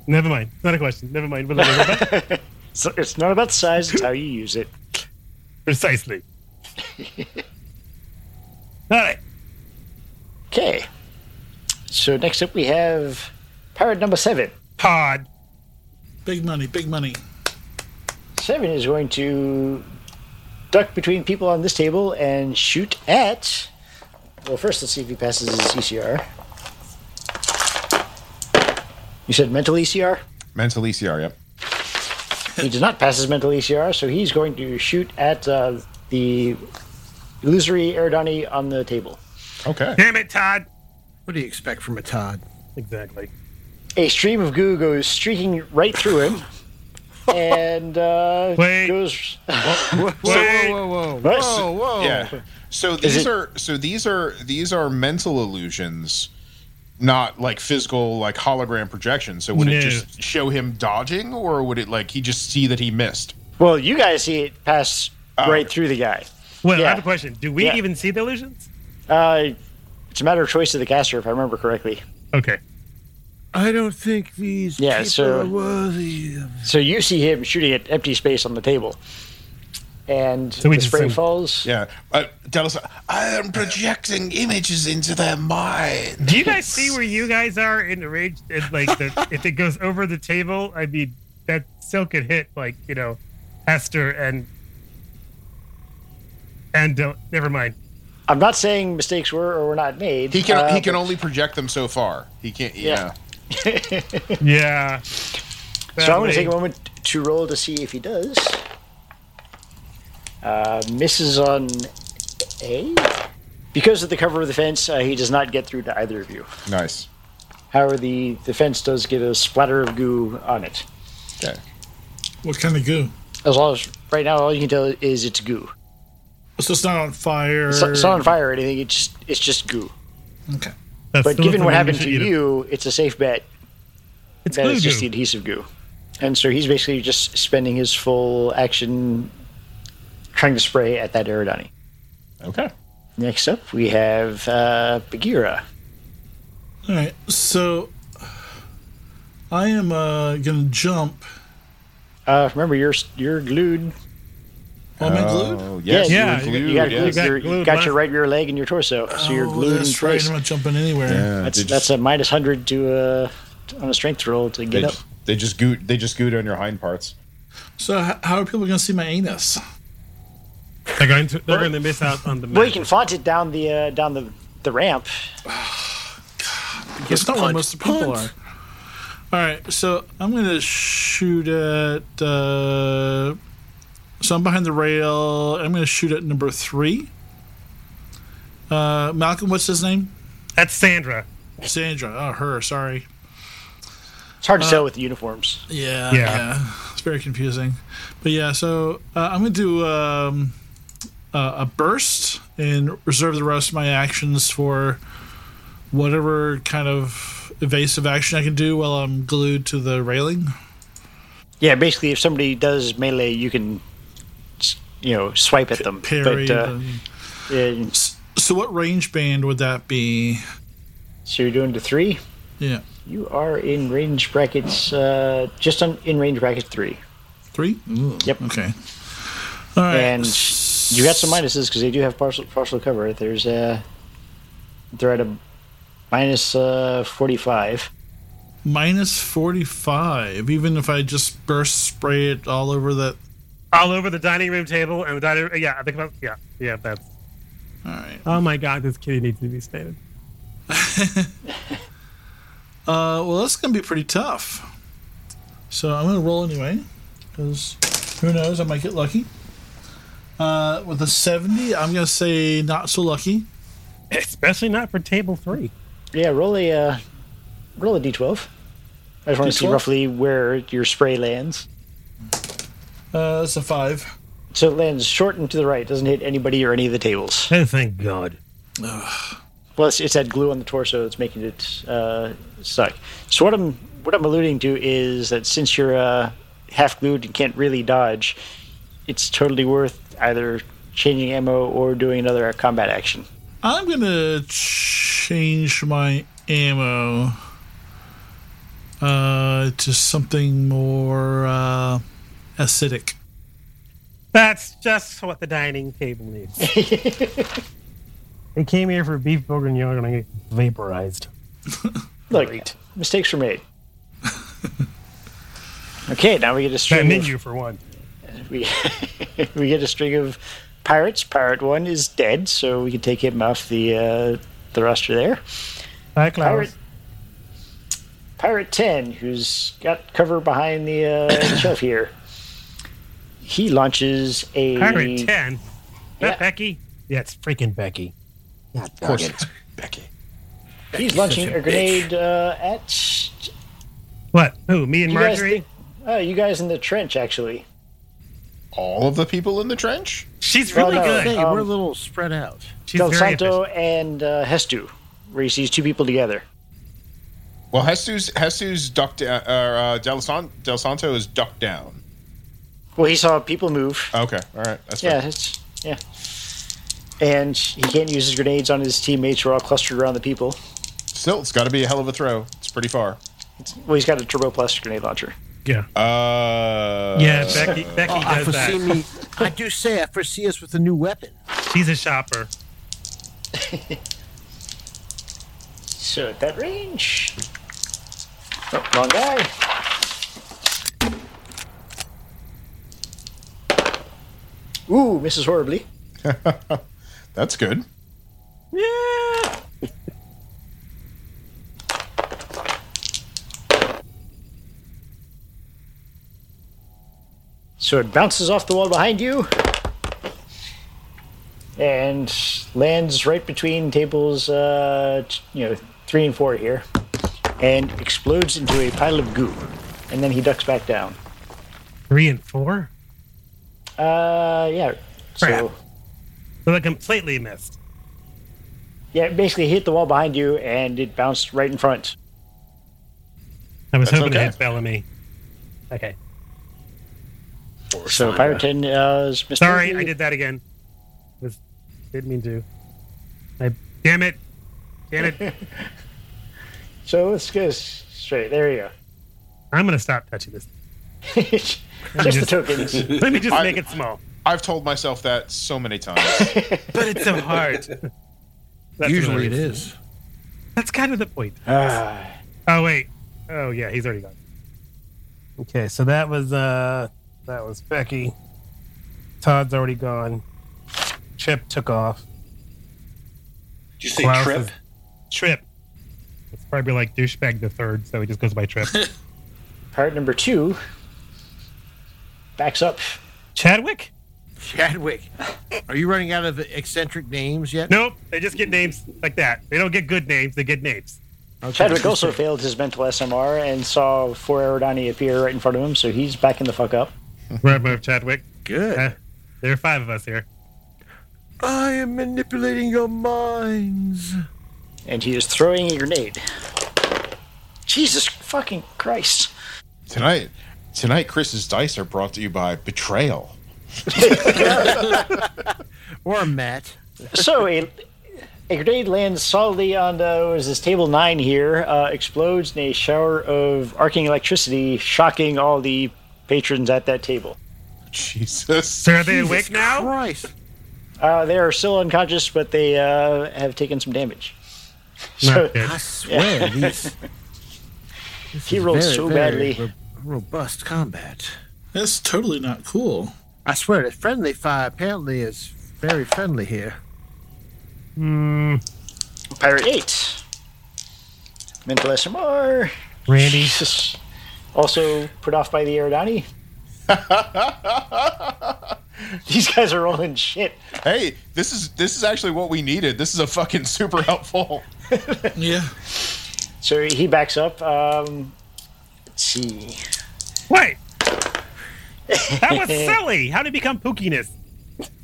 G: Never mind. Not a question. Never mind. Whatever.
C: So it's not about size; it's how you use it.
G: Precisely. All right.
C: Okay. So next up we have pirate number seven.
G: Pod.
B: Big money, big money.
C: Seven is going to duck between people on this table and shoot at. Well, first let's see if he passes his E ECR. You said mental E ECR?
D: Mental ECR. Yep.
C: He does not pass his mental ECR, so he's going to shoot at uh, the illusory Eridani on the table.
D: Okay.
G: Damn it, Todd.
F: What do you expect from a Todd?
G: Exactly.
C: A stream of goo goes streaking right through him and uh,
G: Wait.
C: goes.
G: Wait.
F: whoa, whoa,
C: Right.
F: whoa!
D: Yeah. So these
C: it-
D: are so these are these are mental illusions, not like physical like hologram projections. So would
G: No.
D: it just show him dodging, or would it like he just see that he missed?
C: Well, you guys see it pass
D: Oh.
C: right through the guy.
G: Well,
C: Yeah.
G: I have a question. Do we
C: Yeah.
G: even see the illusions?
C: Uh, it's a matter of choice of the caster, if I remember correctly.
G: Okay.
F: I don't think these
C: Yeah,
F: people
C: so-
F: are worthy. Of...
C: So you see him shooting at empty space on the table, and
G: we
C: the
G: just
C: spray
G: think-
C: falls.
D: Yeah. Uh, tell us. I am projecting images into their mind.
G: Do you guys see where you guys are in the range? It's like the, if it goes over the table, I mean that still could hit like you know, Hester and and uh, never mind.
C: I'm not saying mistakes were or were not made.
D: He can
C: uh,
D: he can only project them so far. He can't.
C: Yeah.
D: Yeah.
G: Yeah.
C: So I'm going to take a moment to roll to see if he does. Uh, misses on A. Because of the cover of the fence, uh, he does not get through to either of you.
D: Nice.
C: However, the, the fence does get a splatter of goo on it.
D: Okay.
B: What kind of goo?
C: As long as right now, all you can tell is it's goo.
B: So it's not on fire.
C: It's, it's not on fire or anything. It's just it's just goo.
B: Okay.
G: That's
C: But
G: still
C: given
G: the
C: what
G: one
C: happened to
G: should eat.
C: you, it's a safe bet
G: it's
C: that
G: glue
C: it's just the
G: goo.
C: adhesive goo. And so he's basically just spending his full action trying to spray at that Eridani.
D: Okay.
C: Next up, we have uh, Bagheera.
B: All right. So I am uh, gonna jump.
C: Uh, remember, you're you're glued.
B: Oh, am I glued?
D: Oh, yes.
G: Yeah,
D: you were
G: you
C: You
D: glued,
C: got, glued,
D: yes.
G: got
C: your, you
G: glued
C: got your
G: last-
C: right rear leg and your torso, so you're
B: Oh,
C: glued in
B: that's right.
C: place.
B: I'm not jumping anywhere.
D: Yeah,
C: That's
D: they
C: that's
D: just-
C: a minus hundred to uh, t- on a strength roll to
D: they,
C: get up.
D: ju- they just goot they just goot on your hind parts.
B: So h- how are people gonna see my anus?
G: They're going to they're going to miss out on the
C: Well, you
G: magic.
C: can flaunt it down the uh, down the the ramp.
B: That's not where most of the people are. All right, so I'm gonna shoot at. Uh, so I'm behind the rail. I'm gonna shoot at number three. Uh, Malcolm, what's his name?
G: That's Sandra.
B: Sandra. Oh, her. Sorry.
C: It's hard to tell with the uniforms.
B: Yeah, yeah.
G: Yeah.
B: It's very confusing. But yeah, so uh, I'm going to do um, uh, a burst and reserve the rest of my actions for whatever kind of evasive action I can do while I'm glued to the railing.
C: Yeah, basically, if somebody does melee, you can, s- you know, swipe at them.
B: Parry.
C: But, uh,
B: and-
C: yeah,
B: so what range band would that be?
C: so you're doing to three.
B: Yeah.
C: You are in range brackets, uh, just on in range bracket three,
B: Three? Ooh,
C: Yep.
B: Okay. All right.
C: and you got some minuses because they do have partial partial cover. There's uh they're at a minus uh, forty-five.
B: Minus 45. Even if I just burst spray it all over that.
G: All over the dining room table and the dining room. Yeah, I think about yeah yeah that's.
B: All right.
G: Oh my god, this kitty needs to be stated.
B: Uh, well, that's going to be pretty tough. So I'm going to roll anyway, because who knows? I might get lucky. Uh, with a 70, I'm going to say not so lucky.
G: Especially not for table three.
C: Yeah, roll a uh, roll a d12. I just want to see
B: D12?
C: roughly where your spray lands.
B: Uh, that's a 5.
C: So it lands short and to the right, doesn't hit anybody or any of the tables.
G: Oh, thank God.
C: Plus, it's that glue on the torso that's making it uh, suck. So what I'm what I'm alluding to is that since you're uh, half glued and can't really dodge, it's totally worth either changing ammo or doing another combat action.
B: I'm going to change my ammo uh, to something more uh, acidic.
G: That's just what the dining table needs. I came here for beef bourguignon and I get vaporized.
C: Look, mistakes were made. okay, now we get a
G: That
C: string. of-
G: menu for one.
C: we we get a string of pirates. Pirate one is dead, so we can take him off the uh, the roster there.
G: Hi, Klaus.
C: Pirate Pirate ten, who's got cover behind the uh, shelf here. He launches a
G: Pirate 10.
C: Yeah.
G: That Becky? Yeah, it's freaking Becky.
H: Of course.
C: he's launching a grenade uh, at
G: What? Who? Me and
C: you guys.
G: Marjorie?
C: Think, oh, you guys in the trench actually.
D: All of the people in the trench?
G: She's
C: Well,
G: really
C: no,
G: good.
F: Hey,
C: Um,
F: we're a little spread out.
G: She's
C: Del
G: very
C: Santo
G: efficient.
C: and uh, Hestu, where he sees two people together.
D: Well, Hestu's Hestu's ducked down. Uh, uh, Del, San, Del Santo is ducked down.
C: Well, he saw people move.
D: Okay, all right, that's
C: Yeah,
D: fair.
C: it's yeah. And he can't use his grenades on his teammates who are all clustered around the people.
D: Still, it's got to be a hell of a throw. It's pretty far.
C: Well, he's got a turboplast grenade launcher.
G: Yeah.
D: Uh,
G: Yeah, Becky, Becky
F: Oh, I
G: does
F: foresee
G: that.
F: me. I do say I foresee us with a new weapon.
G: She's a shopper.
C: So at that range. Oh, wrong guy. Ooh, misses horribly.
D: that's good.
C: So it bounces off the wall behind you and lands right between tables, uh, t- you know, three and four here, and explodes into a pile of goo. And then he ducks back down.
G: three and four.
C: Uh, yeah.
G: Crap.
C: So
G: So I completely missed.
C: yeah, it basically hit the wall behind you, and it bounced right in front.
G: I was
D: That's
G: hoping
D: okay.
G: to hit Bellamy. Okay.
C: So Piratin uh, is Mr.
G: Sorry, I did that again. Was didn't mean to. I damn it. Damn it.
C: So let's go s- straight. There you
G: I'm gonna stop touching this.
C: go. Just the
G: Just-
C: tokens.
G: Let me just
D: I-
G: make it small.
D: I've told myself that so many times.
G: But it's so hard. That's
F: Usually it
G: hilarious.
F: is.
G: That's kind of the point.
C: Ah,
G: Oh wait. Oh yeah, he's already gone. Okay, so that was uh that was Becky. Todd's already gone. Chip took off.
E: Did you say
G: Klaus
E: trip?
G: is- Trip. It's probably like douchebag the third, so he just goes by Trip.
C: part number two backs up.
G: Chadwick?
F: Chadwick, are you running out of eccentric names yet?
G: Nope. They just get names like that. They don't get good names. They get names.
F: Okay.
C: Chadwick also failed his mental SMR and saw four Aerodani appear right in front of him, so he's backing the fuck up.
G: Right move, Chadwick.
F: good.
G: Uh, there are five of us here.
F: I am manipulating your minds.
C: And he is throwing a grenade. Jesus fucking Christ.
D: Tonight, tonight, Chris's dice are brought to you by Betrayal.
F: Or Matt.
C: So a, a grenade lands solidly on the, what is this table nine here, uh, explodes in a shower of arcing electricity, shocking all the patrons at that table.
D: Jesus.
G: So are they awake now?
F: Christ.
C: Uh, they are still unconscious, but they uh, have taken some damage. So
G: Not good.
D: Ah,
F: I swear, these. this
C: He
F: is
C: rolled
F: very,
C: so
F: very
C: badly.
F: ro- robust combat.
B: That's totally not cool.
F: I swear, the friendly fire apparently is very friendly here.
G: Hmm.
C: pirate eight, mental SMR.
G: Randy.
C: Jesus. Also put off by the Aerodani. These guys are rolling shit.
D: Hey, this is this is actually what we needed. This is a fucking super helpful.
B: Yeah.
C: So he backs up. Um, let's see.
G: Wait. That was silly. How did he become pookiness?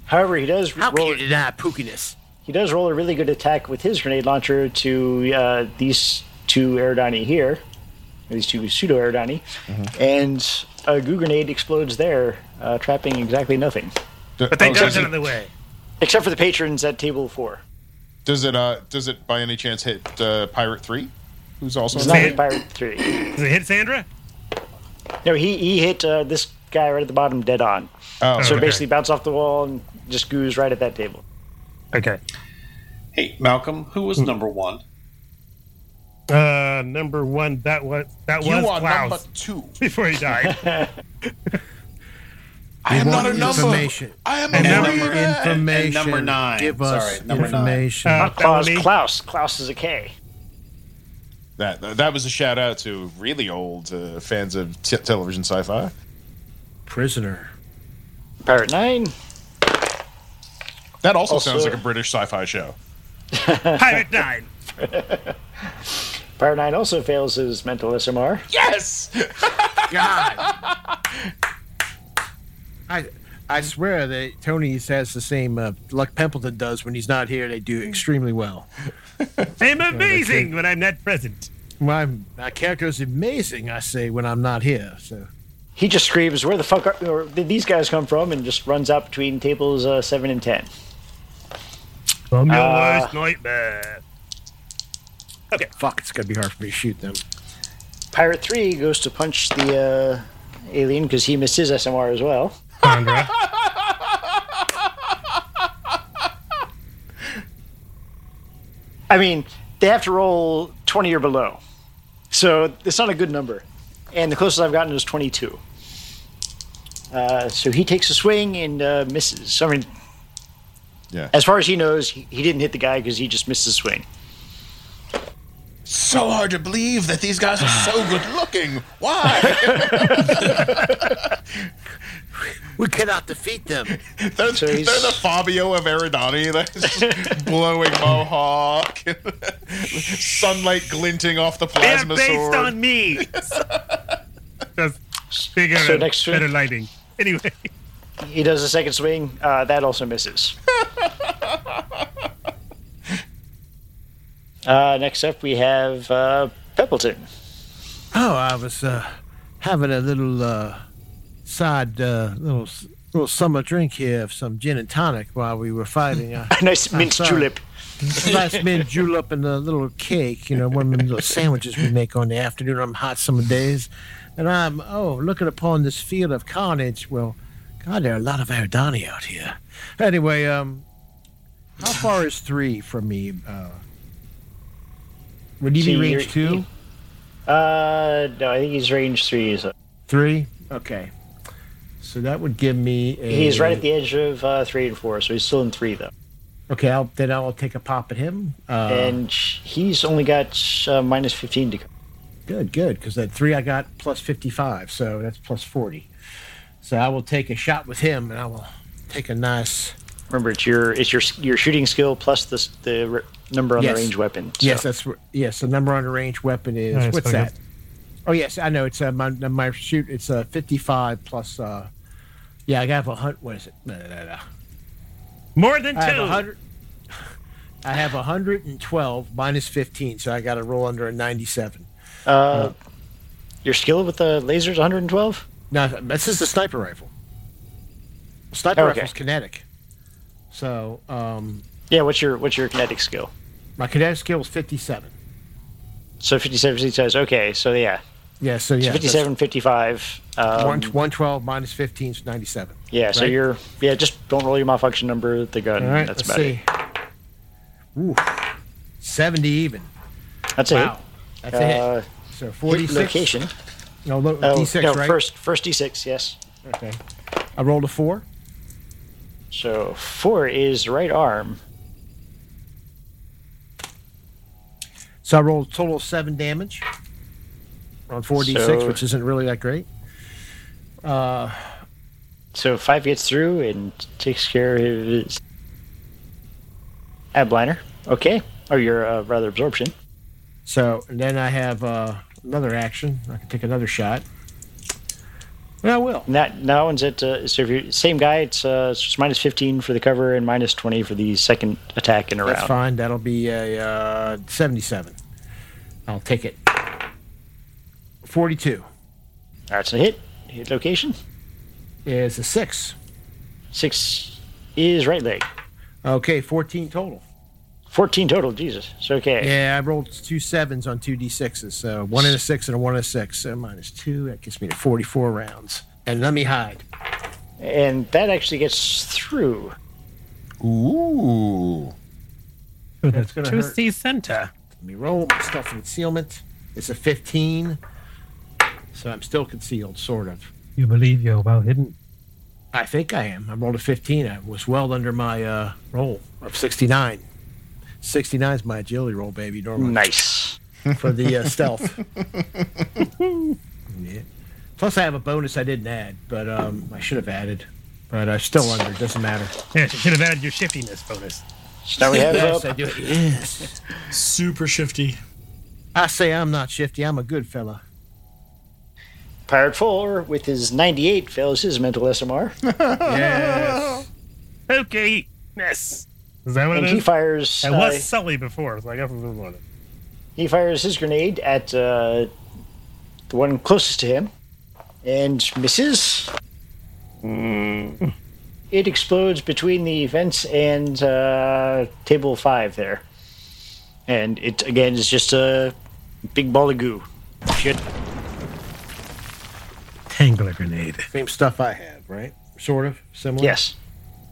C: However, he does roll.
F: deny pookiness?
C: He does roll a really good attack with his grenade launcher to uh, these two Aerodani here, these two pseudo Aerodani, and a goo grenade explodes there, uh, trapping exactly nothing
G: But they
D: Oh,
G: jumped
D: does,
G: out of
D: it,
G: the way.
C: except for the patrons at table four.
D: does it? Uh, does it by any chance hit uh, Pirate Three, who's also
C: It's
D: in
C: not
D: the-
C: hit pirate three.
G: Does it hit Sandra?
C: No, he he hit uh, this guy right at the bottom dead on.
D: Oh,
C: So
G: Okay.
C: basically, bounce off the wall and just goes right at that table.
G: Okay.
E: Hey, Malcolm, who
G: Hmm.
E: was number one?
G: Uh, number one. That was that
D: you
G: was
D: are
G: Klaus
D: number two.
G: before he died.
D: I am not
F: want
D: a number.
F: information.
D: I am
F: And
D: a
E: number-
D: number.
E: and
F: information.
E: number nine.
F: Give us
E: Sorry, number nine.
F: information.
G: Uh,
C: Klaus,
G: Bellamy?
C: Klaus, Klaus is a K.
D: That that was a shout out to really old uh, fans of t- television sci-fi.
F: Prisoner.
C: Pirate nine.
D: That also,
C: Also-
D: sounds like a British sci-fi show.
G: Pirate nine.
C: Pirate nine also fails his mental SMR.
D: Yes.
F: God. I I swear that Tony's has the same uh, luck Pimpleton does when he's not here. They do extremely well.
G: I'm amazing when I'm not present.
F: My my character is amazing. I say when I'm not here. So
C: He just screams, "Where the fuck are, or did these guys come from?" and just runs out between tables uh, seven and ten.
G: I'm your
C: Uh,
G: worst nightmare.
F: fuck, it's gonna be hard for me to shoot them.
C: Pirate three goes to punch the uh, alien because he missed his SMR as well.
G: Sandra.
C: I mean, they have to roll twenty or below, so it's not a good number. And the closest I've gotten is twenty-two. Uh, so he takes a swing and uh, misses. I mean,
D: Yeah.
C: as far as he knows, he, he didn't hit the guy because he just missed the swing.
D: so hard to believe that these guys are so good looking. Why?
F: We cannot defeat them.
D: they're,
C: So
D: they're
C: he's-
D: the Fabio of Aerodani. That's just blowing mohawk, sunlight glinting off the
G: They're
D: plasma
G: based
D: sword.
G: on me. Just Figure
C: So
G: out
C: next week-
G: better lighting. Anyway,
C: He does a second swing. Uh, that also misses. uh, next up, we have uh, Peppleton.
F: Oh, I was uh, having a little uh, side, uh, little s- little summer drink here of some gin and tonic while we were fighting. Uh,
C: nice minced
F: sorry.
C: julep.
F: nice mint julep and a little cake, you know, one of them little sandwiches we make on the afternoon on hot summer days. And I'm, oh, looking upon this field of carnage. Well, God, there are a lot of Ardani out here. Anyway, um, how far is three from me? Uh, would he be
C: See,
F: range
C: you're-
F: two?
C: Uh, no, I think he's range three. So.
F: Three? Okay. So that would give me a.
C: He's right at the edge of uh, three and four, so he's still in three though.
F: Okay, I'll, then I'll take a pop at him. Uh,
C: and he's only got uh, minus fifteen to. go.
F: Good, good. Because at three, I got plus 55. So that's plus 40. So I will take a shot with him and I will take a nice.
C: Remember, it's your it's your your shooting skill plus the the r- number on
F: Yes.
C: the range weapon. so-
F: Yes, that's. wh- Yes, the number on the range weapon is.
G: Nice,
F: what's
G: okay.
F: that? Oh, yes, I know. It's uh, my, my shoot. It's uh, 55 plus. Uh, yeah, I got a hunt. What is it? Blah, blah, blah.
G: more than
F: I have a
G: two.
F: hundred. I have 112 minus 15, so I got to roll under a 97.
C: Uh, your skill with the laser is 112.
F: No, this is the sniper rifle. Sniper
C: Okay.
F: rifle's kinetic. So um,
C: Yeah, what's your what's your kinetic skill?
F: my kinetic skill was 57.
C: So 57 says okay. So yeah,
F: Yeah, so yeah.
C: so
F: that's
C: 57, 55. Um,
F: one- 112 minus 15 is 97.
C: yeah, so
F: right.
C: you're yeah. Just don't roll your malfunction number. The gun.
F: All right,
C: Hmm, that's
F: let's
C: about
F: see. Ooh, 70 even.
C: it. That's
F: Wow. That's
C: it.
F: a hit.
C: Uh,
F: So
C: hit
F: 46.
C: location.
F: No, lo-
C: Oh,
F: D6,
C: no,
F: right?
C: first first d6. Yes.
F: Okay. I rolled a four.
C: So four is right arm.
F: So I rolled a total of seven damage on 4d6,
C: So-
F: which isn't really that great.
C: So five gets through and takes care of his abliner. Okay, or your uh, rather absorption.
F: So and then I have uh, another action. I can take another shot. And I will.
C: And that now one's at uh, so if you same guy, it's uh, it's just minus fifteen for the cover and minus twenty for the second attack in a
F: That's
C: round.
F: fine. That'll be a uh, 77. I'll take it. 42
C: All right, so hit hit location
F: is a six.
C: six is right leg.
F: Okay, 14 total.
C: Fourteen total. Jesus. It's okay.
F: Yeah, I rolled two sevens on two d6s. So one and a six and a one and a six. So minus two. That gets me to 44 rounds. And let me hide.
C: And that actually gets through.
D: Ooh.
F: That's going to
G: Two
F: hurt.
G: C center.
F: Let me roll my stuff in concealment. It's a 15. So I'm still concealed, sort of.
G: You believe you're well hidden.
F: I think I am. I rolled a 15. I was well under my uh, roll of 69. 69 is my agility roll, baby, normally
C: Nice.
F: for the uh, stealth. yeah. Plus, I have a bonus I didn't add, but um, I should have added. But I'm still under. It doesn't matter.
G: Yeah, you should have added your shiftiness bonus.
C: So now we have
F: Yes, I
C: uh,
F: do. it. Yes.
B: Super shifty.
F: I say I'm not shifty. I'm a good fella.
C: Pirate Four with his ninety-eight fails his mental SMR.
F: Yes.
G: Okay, yes. Is that what
C: And
G: it
C: he
G: is?
C: fires.
G: I
C: uh,
G: was Sully before, so I got from one.
C: He fires his grenade at uh, the one closest to him and misses. It explodes between the vents and uh, table five there. And it, again, is just a big ball of goo. Shit.
G: Tangler grenade.
F: Same stuff I have, right? Sort of similar.
C: Yes.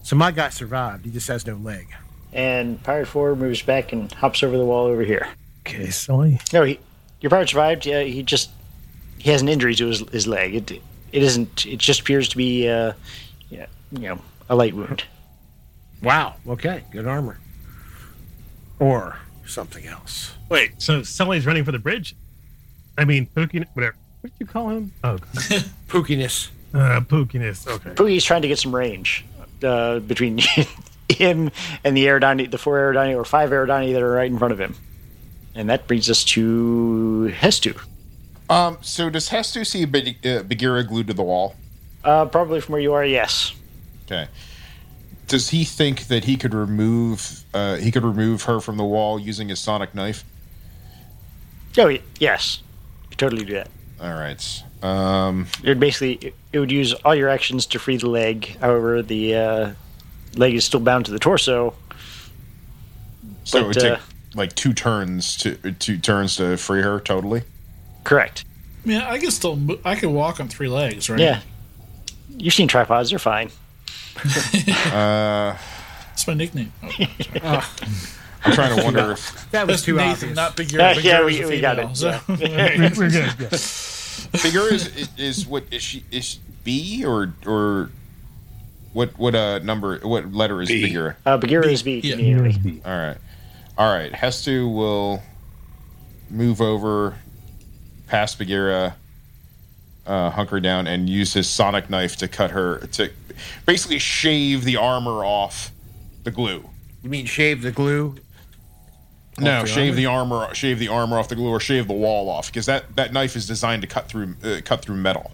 F: So my guy survived. He just has no leg.
C: And Pirate 4 moves back and hops over the wall over here.
G: Okay, Sully.
C: No, he, your pirate survived. Yeah, he just he has an injury to his his leg. It it isn't. It just appears to be uh, yeah, you know, a light wound.
F: Wow. Okay. Good armor. Or something else.
G: Wait, so Sully's running for the bridge? I mean, pooking, whatever. What did you call him? Oh, God.
F: Pookiness.
G: uh, pookiness. Okay.
C: Pooey's trying to get some range uh, between him and the Aerodani, the four Aerodani or five Aerodani that are right in front of him. And that brings us to Hestu.
D: Um, so does Hestu see Beg- uh, Bagheera glued to the wall?
C: Uh, probably from where you are, yes.
D: Okay. Does he think that he could remove uh, he could remove her from the wall using his sonic knife?
C: Oh, y- yes. You could totally do that.
D: All right. Um,
C: It would basically it would use all your actions to free the leg. However, the uh, leg is still bound to the torso.
D: so it would
C: But,
D: take
C: uh,
D: like two turns to two turns to free her totally.
C: Correct.
B: Yeah, I can still mo- I can walk on three legs, right?
C: Yeah. You've seen tripods; they're fine.
B: that's my nickname. Oh,
D: I'm trying to wonder if
F: That was
B: that's
F: too
B: Nathan,
F: obvious.
B: not Bagheera.
C: Yeah, yeah,
B: Bagheera's
C: we-
B: a
C: we got
B: female,
C: it.
B: so-
G: We're, we're good. Yeah.
D: Bagheera is, is is what is she is she B or or what what uh number what letter is
E: B.
D: Bagheera?
C: Uh, Bagheera is beak
B: yeah.
C: immediately.
D: All right. All right. Hestu will move over past Bagheera, uh, hunker down, and use his sonic knife to cut her, to basically shave the armor off the glue.
F: You mean shave the glue?
D: No, shave the armor, shave the armor off the glue, or shave the wall off, because that, that knife is designed to cut through uh, cut through metal.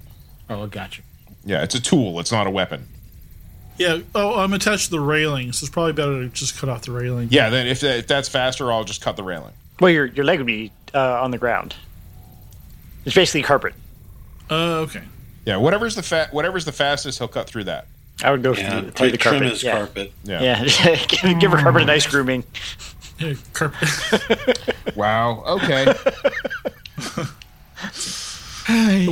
F: Oh, I got you.
D: Yeah, it's a tool. It's not a weapon.
B: yeah. Oh, I'm attached to the railing, so it's probably better to just cut off the railing.
D: Yeah, then if, that, if that's faster, I'll just cut the railing.
C: Well, your your leg would be uh, on the ground. It's basically carpet.
B: Uh, okay.
D: Yeah, whatever's the fa- whatever's the fastest, he'll cut through that.
C: I would go
E: Yeah,
C: through, through the
E: trim
C: carpet.
E: his
C: yeah.
E: carpet.
C: Yeah, give, give her carpet a nice grooming.
B: Yeah, carpet.
D: Wow. Okay.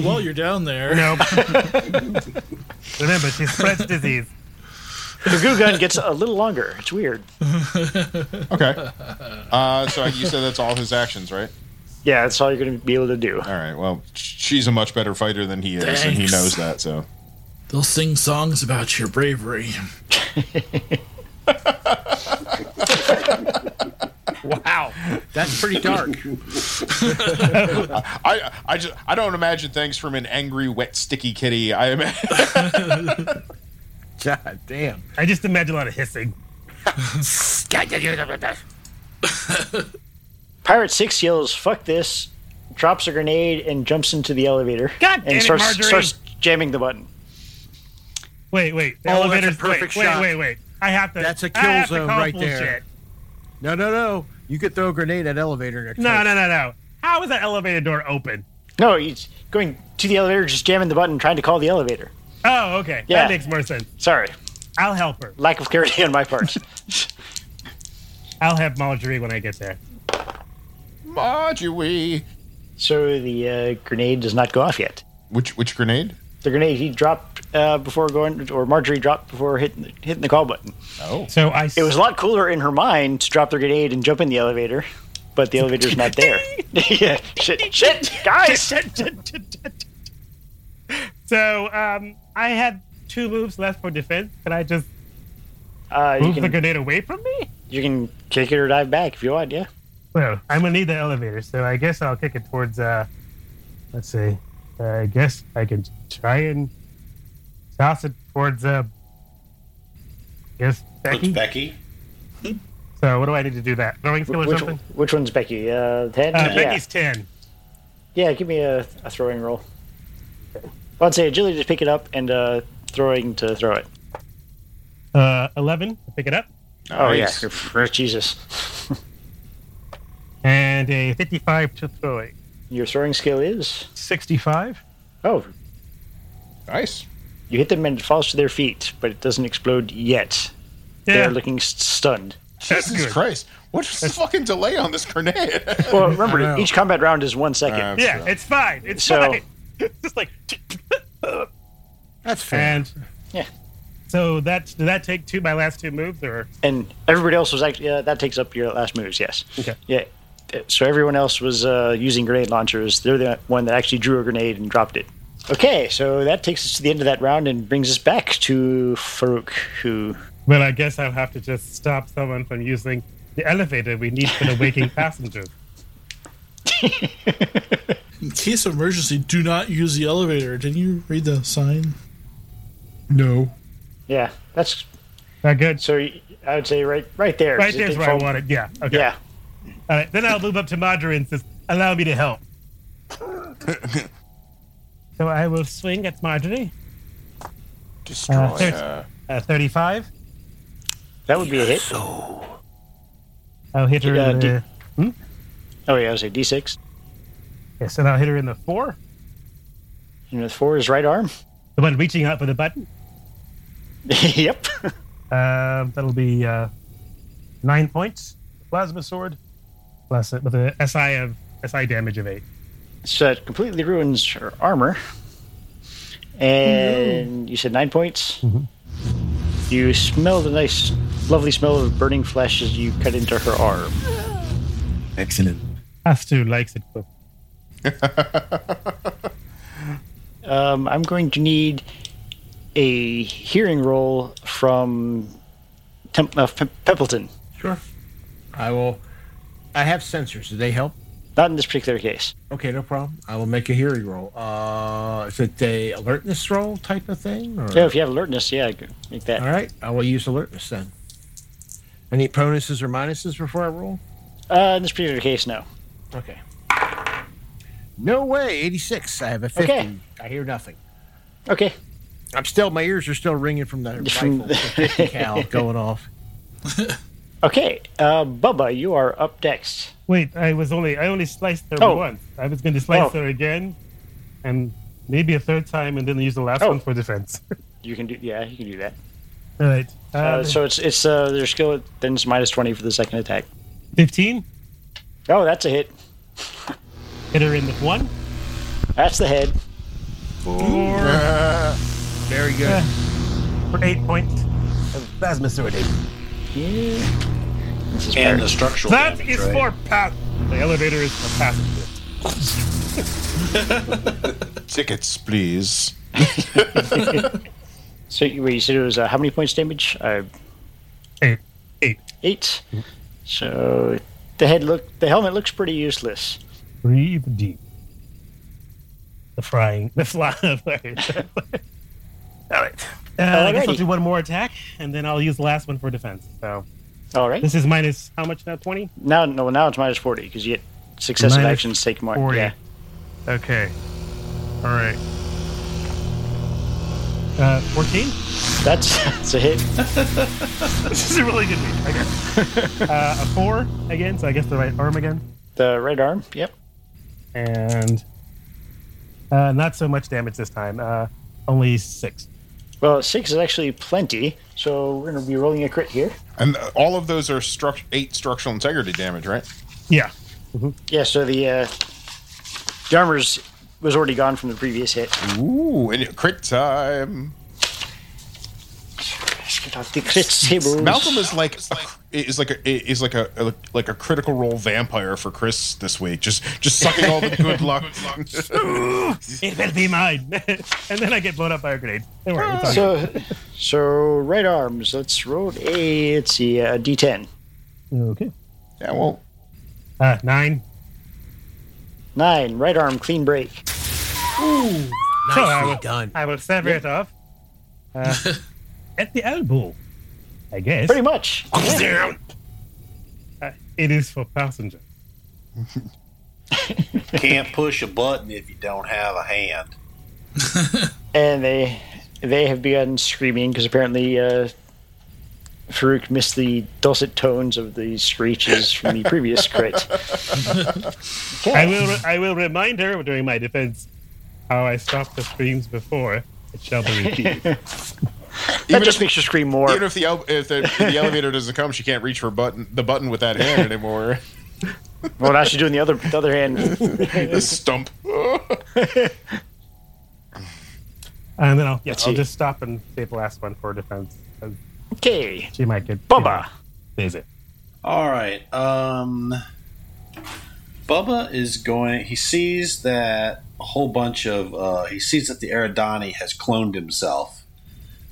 B: While you're down there,
G: Nope. Remember, she spreads disease.
C: The goo gun gets a little longer. It's weird.
D: Okay. Uh, so you said that's all his actions, right?
C: Yeah, that's all you're going to be able to do.
D: All right. Well, sh- she's a much better fighter than he is, and he
B: Thanks.
D: knows that. So
B: they'll sing songs about your bravery.
F: Wow, that's pretty dark.
D: I, I just, I don't imagine things from an angry, wet, sticky kitty. I imagine.
F: God damn.
G: I just imagine a lot of hissing.
C: Pirate Six yells, "Fuck this!" drops a grenade and jumps into the elevator.
G: God damn
C: and
G: it,
C: starts
G: Marjorie.
C: starts jamming the button.
G: Wait, wait. The
F: Oh, that's a
G: elevator's
F: perfect
G: wait,
F: shot.
G: Wait, wait, wait. I have to.
F: That's a
G: I
F: kill
G: have to
F: zone
G: call
F: right there.
G: bullshit.
F: No, no, no. You could throw a grenade at elevator. and
G: No, no, no, no. How is that elevator door open?
C: No, he's going to the elevator, just jamming the button, trying to call the elevator.
G: Oh, okay.
C: Yeah.
G: That makes more sense.
C: Sorry,
G: I'll help her.
C: lack of clarity on my part.
G: I'll have Marjorie when I get there.
D: Marjorie.
C: so the uh, grenade does not go off yet.
D: Which which grenade?
C: The grenade he dropped uh, before going, or Marjorie dropped before hitting the, hitting the call button.
D: Oh.
G: So I.
C: It was a lot cooler in her mind to drop the grenade and jump in the elevator, but the elevator's not there. yeah, shit, shit, guys.
G: So um, I had two moves left for defense. Can I just
C: Uh, you
G: move the
C: can
G: grenade away from me?
C: you can kick it or dive back if you want. Yeah.
G: Well, I'm gonna need the elevator, so I guess I'll kick it towards. uh Let's see. Uh, I guess I can try and toss it towards. uh Guess
E: Looks
G: Becky.
E: Becky.
G: So what do I need to do that? Throwing skill or
C: Which,
G: something?
C: which one's Becky? Uh, ten.
G: Uh,
C: yeah.
G: Becky's ten.
C: yeah, give me a, a throwing roll. Well, I'd say agility to pick it up and uh, throwing to throw it.
G: Uh, Eleven. to Pick it up.
C: Oh
D: Nice.
C: yeah, Oh, Jesus!
G: And a fifty-five to throw it.
C: Your throwing skill is
G: Sixty-five.
C: oh,
D: Nice.
C: you hit them and it falls to their feet, but it doesn't explode yet. They
G: Yeah.
C: are looking st- stunned.
G: That's
D: Jesus
G: good.
D: Christ. What's the fucking delay on this grenade?
C: Well,
F: I
C: remember,
F: know.
C: each combat round is one second.
D: Uh,
G: Yeah, it's fine. It's
C: So-
G: fine. It's just like.
F: That's fair.
G: And
C: Yeah.
G: So that did that take two my last two moves or
C: and everybody else was actually uh, that takes up your last moves. Yes.
G: Okay.
C: Yeah. So everyone else was uh, using grenade launchers. They're the one that actually drew a grenade and dropped it. Okay, so that takes us to the end of that round and brings us back to Farouk, who
G: Well, I guess I'll have to just stop someone from using the elevator we need for the waking passengers.
B: In case of emergency, do not use the elevator. Didn't you read the sign?
F: No.
C: yeah, that's
G: That good?
C: so. y- I would say right, right there.
G: Right
C: 'cause it
G: there's
C: did
G: where I
C: fall-
G: want it. Yeah. Okay.
C: Yeah.
G: All right. Then I'll move up to Madra and says, "Allow me to help." So I will swing at Marjorie.
D: Destroy
G: Uh, there's-
D: her.
G: Uh, 35.
C: That would be a hit.
G: I'll hit her.
C: Yeah,
G: in
C: d-
G: the,
C: Oh, yeah, I was like D6.
G: yes, and I'll hit her in the four.
C: And with four is right arm.
G: The one reaching out for the button.
C: yep.
G: Um, that'll be uh, nine points. Plasma sword, plus it with a SI of SI damage of eight.
C: So that completely ruins her armor. And you said nine points. You smell the nice, lovely smell of burning flesh as you cut into her arm.
I: Excellent.
G: Have to likes it. though.
C: Um, I'm going to need a hearing roll from Temp- uh, Pe- Peppleton.
G: Eh.
F: Sure. I will. I have sensors. Do they help?
C: Not in this particular case.
F: Okay, no problem. I will make a hearing roll. Uh, is it a alertness roll type of thing? Or?
C: So if you have alertness, yeah, go- make that.
F: All right, I will use alertness then. Any bonuses or minuses before I roll?
C: Uh, in this particular case, no.
F: Okay. No way, 86. I have a 50.
C: Okay.
F: I hear nothing.
C: Okay.
F: I'm still, my ears are still ringing from the
C: From-
F: rifle, the 50 cal going off.
C: Okay. Uh, Bubba, you are up next.
G: Wait, I was only I only sliced her
C: Oh.
G: once. I was going to slice
C: Oh.
G: her again, and maybe a third time, and then use the last
C: Oh.
G: one for defense.
C: You can do, yeah, you can do that.
G: All right. Uh,
C: Uh, so it's it's uh, their skill then it's minus twenty for the second attack.
G: 15.
C: Oh, that's a hit.
G: Hit her in the one.
C: That's the head.
F: Very good.
G: for eight points. Plasma sword.
C: This is
E: And
C: very-
E: the structural
G: That
E: damage,
G: is
E: right?
G: for pass. The elevator is for passenger.
D: Tickets, please.
C: so you, wait, you said it was uh, how many points damage? Uh,
G: Eight. Eight.
C: eight. So the head look the helmet looks pretty useless.
G: Breathe deep. The frying. The fly. All right. Uh, I guess I'll
C: Alrighty.
G: do one more attack, and then I'll use the last one for defense. So
C: All right.
G: this is minus how much now? Twenty.
C: Now no now it's minus forty because you get successive
G: Minus
C: actions take mark.
G: 40.
C: Yeah.
G: Okay. All right. Uh, fourteen.
C: That's that's a hit.
G: This is a really good week. I guess. uh, a four again. So I guess the right arm again,
C: The right arm. Yep.
G: and uh, not so much damage this time. Uh, only six.
C: Well, six is actually plenty. So we're gonna be rolling a crit here.
D: And uh, all of those are struct- eight structural integrity damage, right?
G: Yeah.
C: Yeah. So the uh, the armor's was already gone from the previous hit.
D: Ooh, and crit time.
C: Let's get out the crits tables.
D: Malcolm is like a, is like a is like a like a critical role vampire for Chris this week. Just just sucking all the good luck.
G: It will be mine. and then I get blown up by a grenade. Don't worry. It's all good.
C: Ah. So, so right arms. Let's roll a. Let's see, a D10.
G: Okay.
D: yeah, well,
G: Uh, nine.
C: Nine. Right arm. Clean break.
G: So I
F: Nicely
G: will-
F: done.
G: I will sever it off. Uh, at the elbow, I guess.
C: Pretty much.
G: Uh, it is for passenger.
E: Can't push a button if you don't have a hand.
C: And they they have begun screaming because apparently uh, Farouk missed the dulcet tones of the screeches from the previous crit.
G: I will. Re- I will remind her during my defense how I stopped the screams before. It shall be repeated.
D: even
C: That just
D: if-
C: makes you scream more.
D: even if the el- if the, if the elevator doesn't come, she can't reach for button the button with that hand anymore.
C: Well, now she's doing the other the other hand.
D: the stump.
G: and then I'll, yeah,
C: Let's
G: I'll
C: see.
G: just stop and say the last one for defense. 'cause
C: Okay,
G: She might get
C: Bubba.
G: Is it?
E: All right. Um, Bubba is going. He sees that a whole bunch of. Uh, he sees that the Eridani has cloned himself,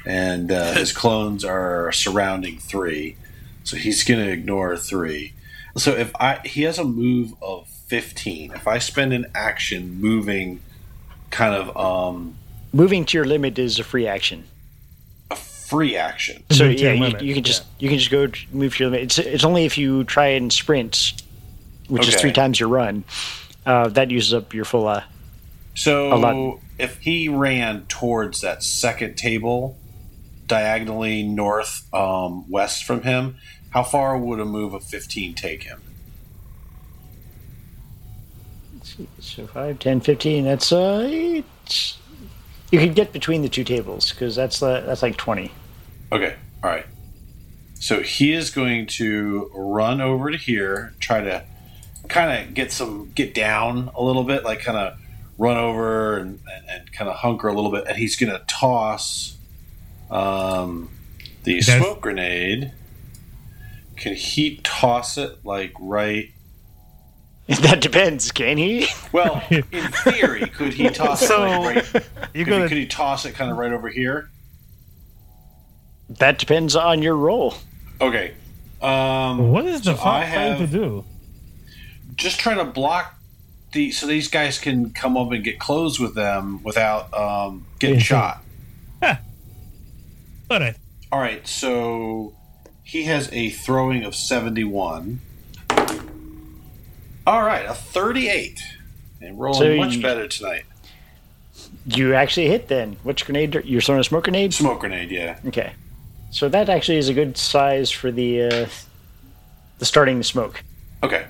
E: and uh, his clones are surrounding three. So he's going to ignore three. So if I, he has a move of fifteen. If I spend an action moving, kind of um,
C: Moving to your limit is a free action.
E: a free action.
C: So
G: move to
C: yeah,
G: your
C: you,
G: limit,
C: you can just you can just go t- move to your limit. It's it's only if you try and sprint, which is
E: Okay.
C: three times your run, uh, that uses up your full uh,
E: So
C: Eleven.
E: if he ran towards that second table, diagonally north um, west from him, how far would a move of fifteen take him?
C: So 5, 10, 15, that's uh, it's, you could get between the two tables because that's uh, that's like 20.
E: Okay, all right. So he is going to run over to here, try to kind of get some get down a little bit, like kind of run over and, and, and kind of hunker a little bit, and he's going to toss um, the
G: does-
E: smoke grenade. Can he toss it like right?
C: that depends, can he?
E: Well, in theory, could he toss
G: So-
E: it like right? Could,
G: You
E: he-
G: gotta
E: could he toss it kind of right over here?
C: That depends on your roll.
E: Okay. Um,
G: What is the
E: So
G: fuck
E: I
G: trying to
E: have-
G: do?
E: just try to block the so these guys can come up and get close with them without um, getting
G: Yeah, sure.
E: shot.
G: All right.
E: All right, so he has a throwing of seventy-one. All right, a thirty-eight, and rolling
C: So
E: much
C: you-
E: better tonight.
C: You actually hit then. Which grenade? You're throwing a smoke grenade?
E: Smoke grenade, yeah.
C: Okay. So that actually is a good size for the uh, the starting smoke.
E: Okay.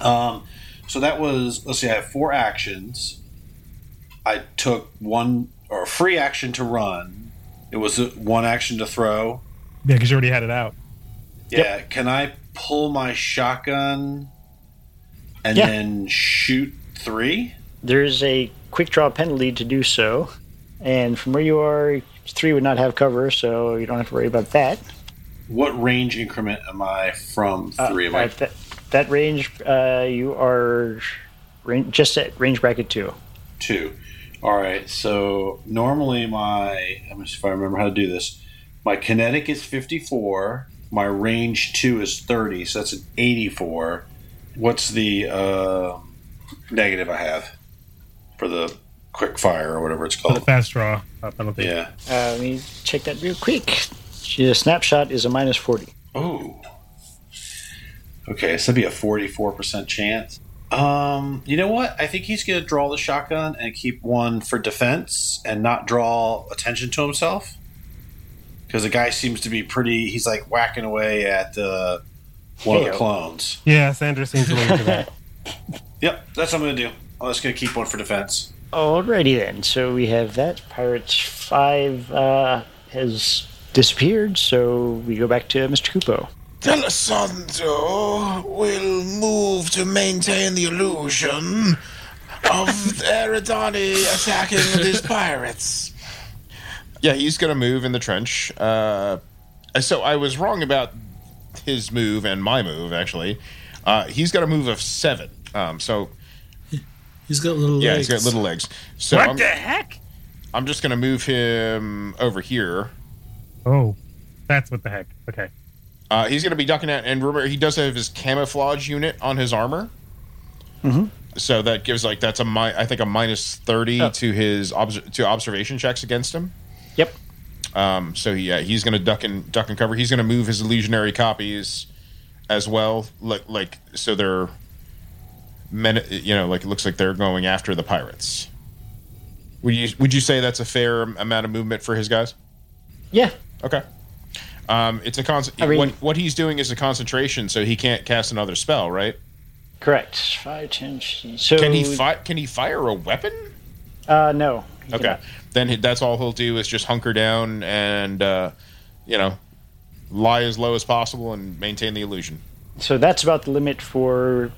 E: Um, so that was let's see, I have four actions. I took one or a free action to run. It was uh, one action to throw.
G: Yeah, because you already had it out.
E: Yeah, can I pull my shotgun and
C: Yeah.
E: then shoot three?
C: There is a quick draw penalty to do so, and from where you are, three would not have cover, so you don't have to worry about that.
E: What range increment am I from three? am I,
C: Uh, that, that range, uh, you are ran- just at range bracket two.
E: two. All right. So normally my I'm just if I remember how to do this, my kinetic is 54. My range two is 30, so that's an 84. What's the uh, negative I have for the quick fire or whatever it's
G: For the
E: called?
G: fast draw uh,
E: Oh.
G: penalty.
E: Yeah.
C: Uh, let me check that real quick. The snapshot is a minus 40.
E: Oh. Okay, so that'd be a 44% chance. Um, you know what? I think he's going to draw the shotgun and keep one for defense and not draw attention to himself. Because the guy seems to be pretty, he's like whacking away at uh, one of the
C: Heyo.
E: clones.
G: Yeah, Sandra seems willing to that.
E: Yep, that's what I'm going to do. I'm just going to keep one for defense.
C: Alrighty then. So we have that. Pirate 5 uh, has disappeared, so we go back to Mr. Kupo.
I: Telesanto will move to maintain the illusion of Eridani attacking these pirates.
D: Yeah, he's gonna move in the trench. Uh, so I was wrong about his move and my move actually. Uh, he's got a move of seven. Um, so
B: He's got little
D: yeah,
B: legs.
D: he's got little legs. So
G: what
D: I'm,
G: the heck?
D: I'm just gonna move him over here.
G: Oh, that's what the heck. Okay.
D: Uh, he's gonna be ducking out, and remember he does have his camouflage unit on his armor. So that gives like that's a mi- I think a minus thirty to his obs- to observation checks against him.
C: Yep.
D: Um, so yeah, he's going to duck and duck and cover. He's going to move his illusionary copies as well, like like so they're men. You know, like it looks like they're going after the pirates. Would you would you say that's a fair amount of movement for his guys?
C: Yeah.
D: Okay. Um, it's a con-
C: I mean-
D: what, what he's doing is a concentration, so he can't cast another spell, right?
C: Correct. 5, 10, 15. So,
D: Can he fi- Can he fire a weapon?
C: uh, no. he
D: Okay,
C: cannot.
D: then he, that's all he'll do is just hunker down and uh, you know lie as low as possible and maintain the illusion.
C: So that's about the limit for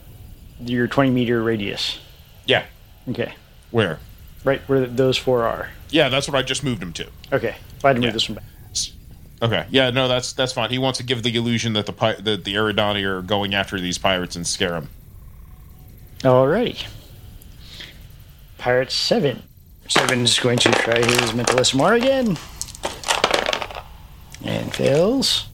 C: your 20 meter radius.
D: Yeah.
C: Okay.
D: Where?
C: Right where those four are.
D: Yeah, that's what I just moved him to.
C: Okay. Glad to move
D: Yeah.
C: this one back.
D: Okay. Yeah, no, that's that's fine. He wants to give the illusion that the pi- that the Eridani are going after these pirates and scare them.
C: Alrighty. Pirate 7. 7 is going to try his mental SMR again. And fails.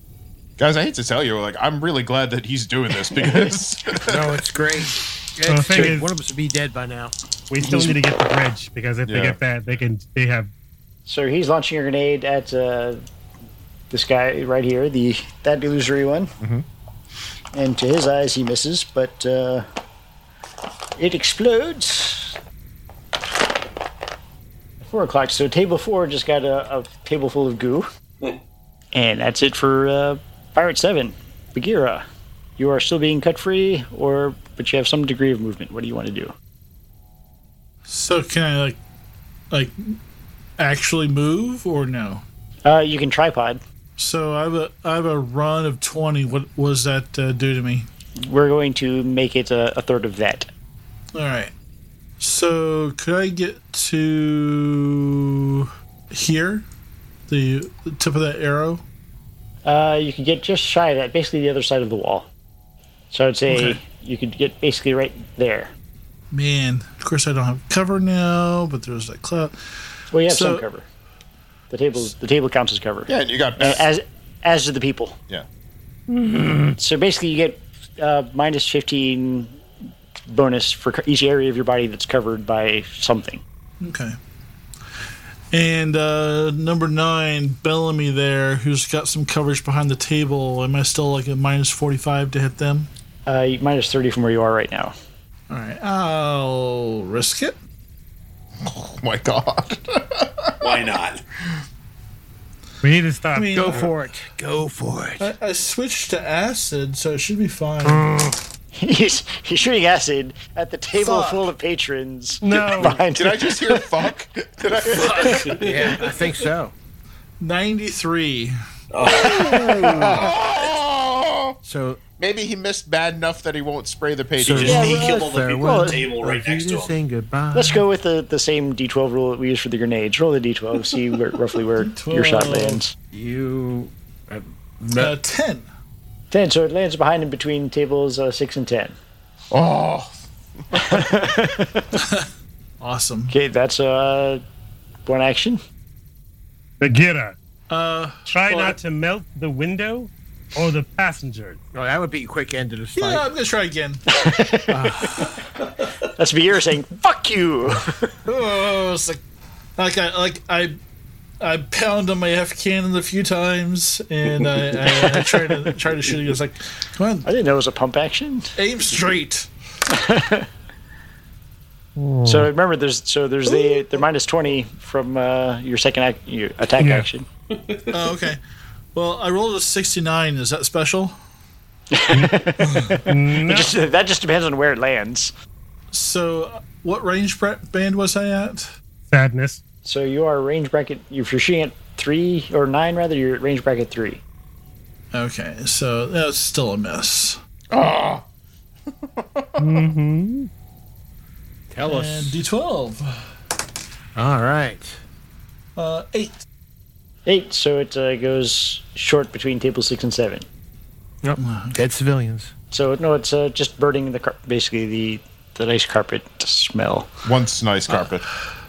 D: Guys, I hate to tell you, like I'm really glad that he's doing this because
F: No, it's great.
G: Well, the
F: It's
G: thing
F: great.
G: is-
F: One of us would be dead by now.
G: We still need to get the bridge because if
D: Yeah.
G: they get that, they can. They have.
C: So he's launching a grenade at uh, this guy right here, the that illusory E one. And to his eyes, he misses, but uh, it explodes. Four o'clock. So table four just got a, a table full of goo, and that's it for uh, Pirate Seven. Bagheera, you are still being cut free, or but you have some degree of movement. What do you want to do?
B: So can I like, like, actually move or no?
C: Uh, you can tripod.
B: So I have a I have a run of twenty. What was that uh, do to me?
C: We're going to make it a, a third of that.
B: All right. So could I get to here, the, the tip of that arrow?
C: Uh, you could get just shy of that, basically the other side of the wall. So I'd say
B: Okay.
C: you could get basically right there.
B: Man, of course I don't have cover now, but there's that cloud.
C: Well, you have
B: So-
C: some cover. The table the table counts as cover.
D: Yeah, and you got
C: Uh, As as do the people.
D: yeah.
C: So basically, you get uh, minus fifteen bonus for co- each area of your body that's covered by something.
B: Okay. And uh, number nine, Bellamy there, who's got some coverage behind the table. Am I still like a minus 45 to hit them?
C: Uh, you- minus thirty from where you are right now.
B: All right, I'll risk it.
D: Oh my god.
E: Why not?
G: We need to stop.
B: I mean,
F: Go for it. Go for it.
B: I, I switched to acid, so it should be fine.
C: he's, he's shooting acid at the table
B: Fuck.
C: full of patrons.
G: no.
C: Behind
D: Did I just hear fuck? Did I?
F: yeah, I think so.
B: 93.
D: Oh!
F: So
D: Maybe he missed bad enough that he won't spray the page.
F: So-
D: He
E: Just
D: just-
C: Yeah,
E: he
C: well,
E: killed all the people
F: farewell.
E: at the table right
F: If you
E: next to
F: just
E: him.
F: saying goodbye.
C: Let's go with the, the same D12 rule that we use for the grenades. Roll the D12, see where, roughly where your shot
B: D12.
C: lands.
F: You.
B: Uh, 10.
C: 10, so it lands behind and between tables uh, 6 and 10.
D: Oh,
B: Awesome.
C: Okay, that's uh, one action.
G: Bagheera,
B: Uh,
G: try not to melt the window or the passenger.
F: Oh, that would be a quick end to this
B: yeah,
F: fight.
B: I'm going to try again.
C: That's Beer saying, fuck you!
B: Oh, it's like, like I like I I pound on my F cannon a few times, and I, I, I try to try to shoot it. It's like, come
C: I
B: on,
C: didn't know it was a pump action.
B: aim straight.
C: So remember, there's so there's the the minus 20 from uh, your second act, your attack
G: Yeah.
C: action.
B: Oh, okay. Well, I rolled a sixty-nine. Is that special?
C: It just, that just depends on where it lands.
B: So, what range bra- band was I at?
G: Sadness.
C: So you are range bracket, if you're shooting at 3, or 9 rather, you're at range bracket 3.
B: Okay, so that's still a miss.
F: Tell
B: And D twelve,
F: All right.
B: uh, eight.
C: 8, so it uh, goes short between table 6 and 7.
F: Yep. Dead civilians.
C: So no, it's uh, just burning the car- basically the the nice carpet smell.
D: once nice carpet.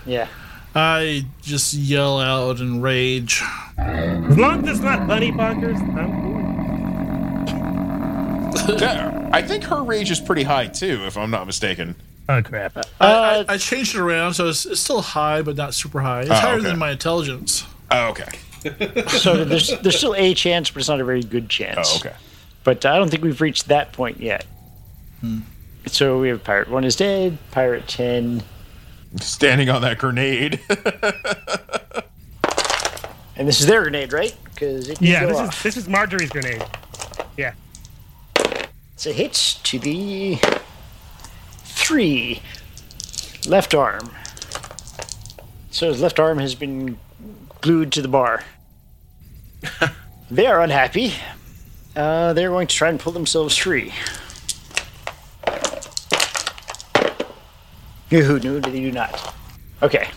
C: Yeah.
B: I just yell out in rage.
G: As long as it's not bunny bonkers, I'm cool.
D: Yeah, I think her rage is pretty high too, if I'm not mistaken.
G: Oh, crap.
B: I, I, I changed it around, so it's, it's still high, but not super high. It's
D: Oh,
B: higher
D: okay.
B: than my intelligence.
D: Oh, okay.
C: So there's there's still a chance, but it's not a very good chance.
D: Oh, okay.
C: But I don't think we've reached that point yet.
G: Hmm.
C: So we have pirate one is dead. Pirate ten,
D: Standing on that grenade.
C: and this is their grenade, right? Because it did
G: Yeah,
C: go
G: this
C: off.
G: is this is Marjorie's grenade. Yeah.
C: It's a hit to the three left arm. So his left arm has been glued to the bar. they are unhappy. Uh, they're going to try and pull themselves free. Yoo-hoo, No, they do not. Okay.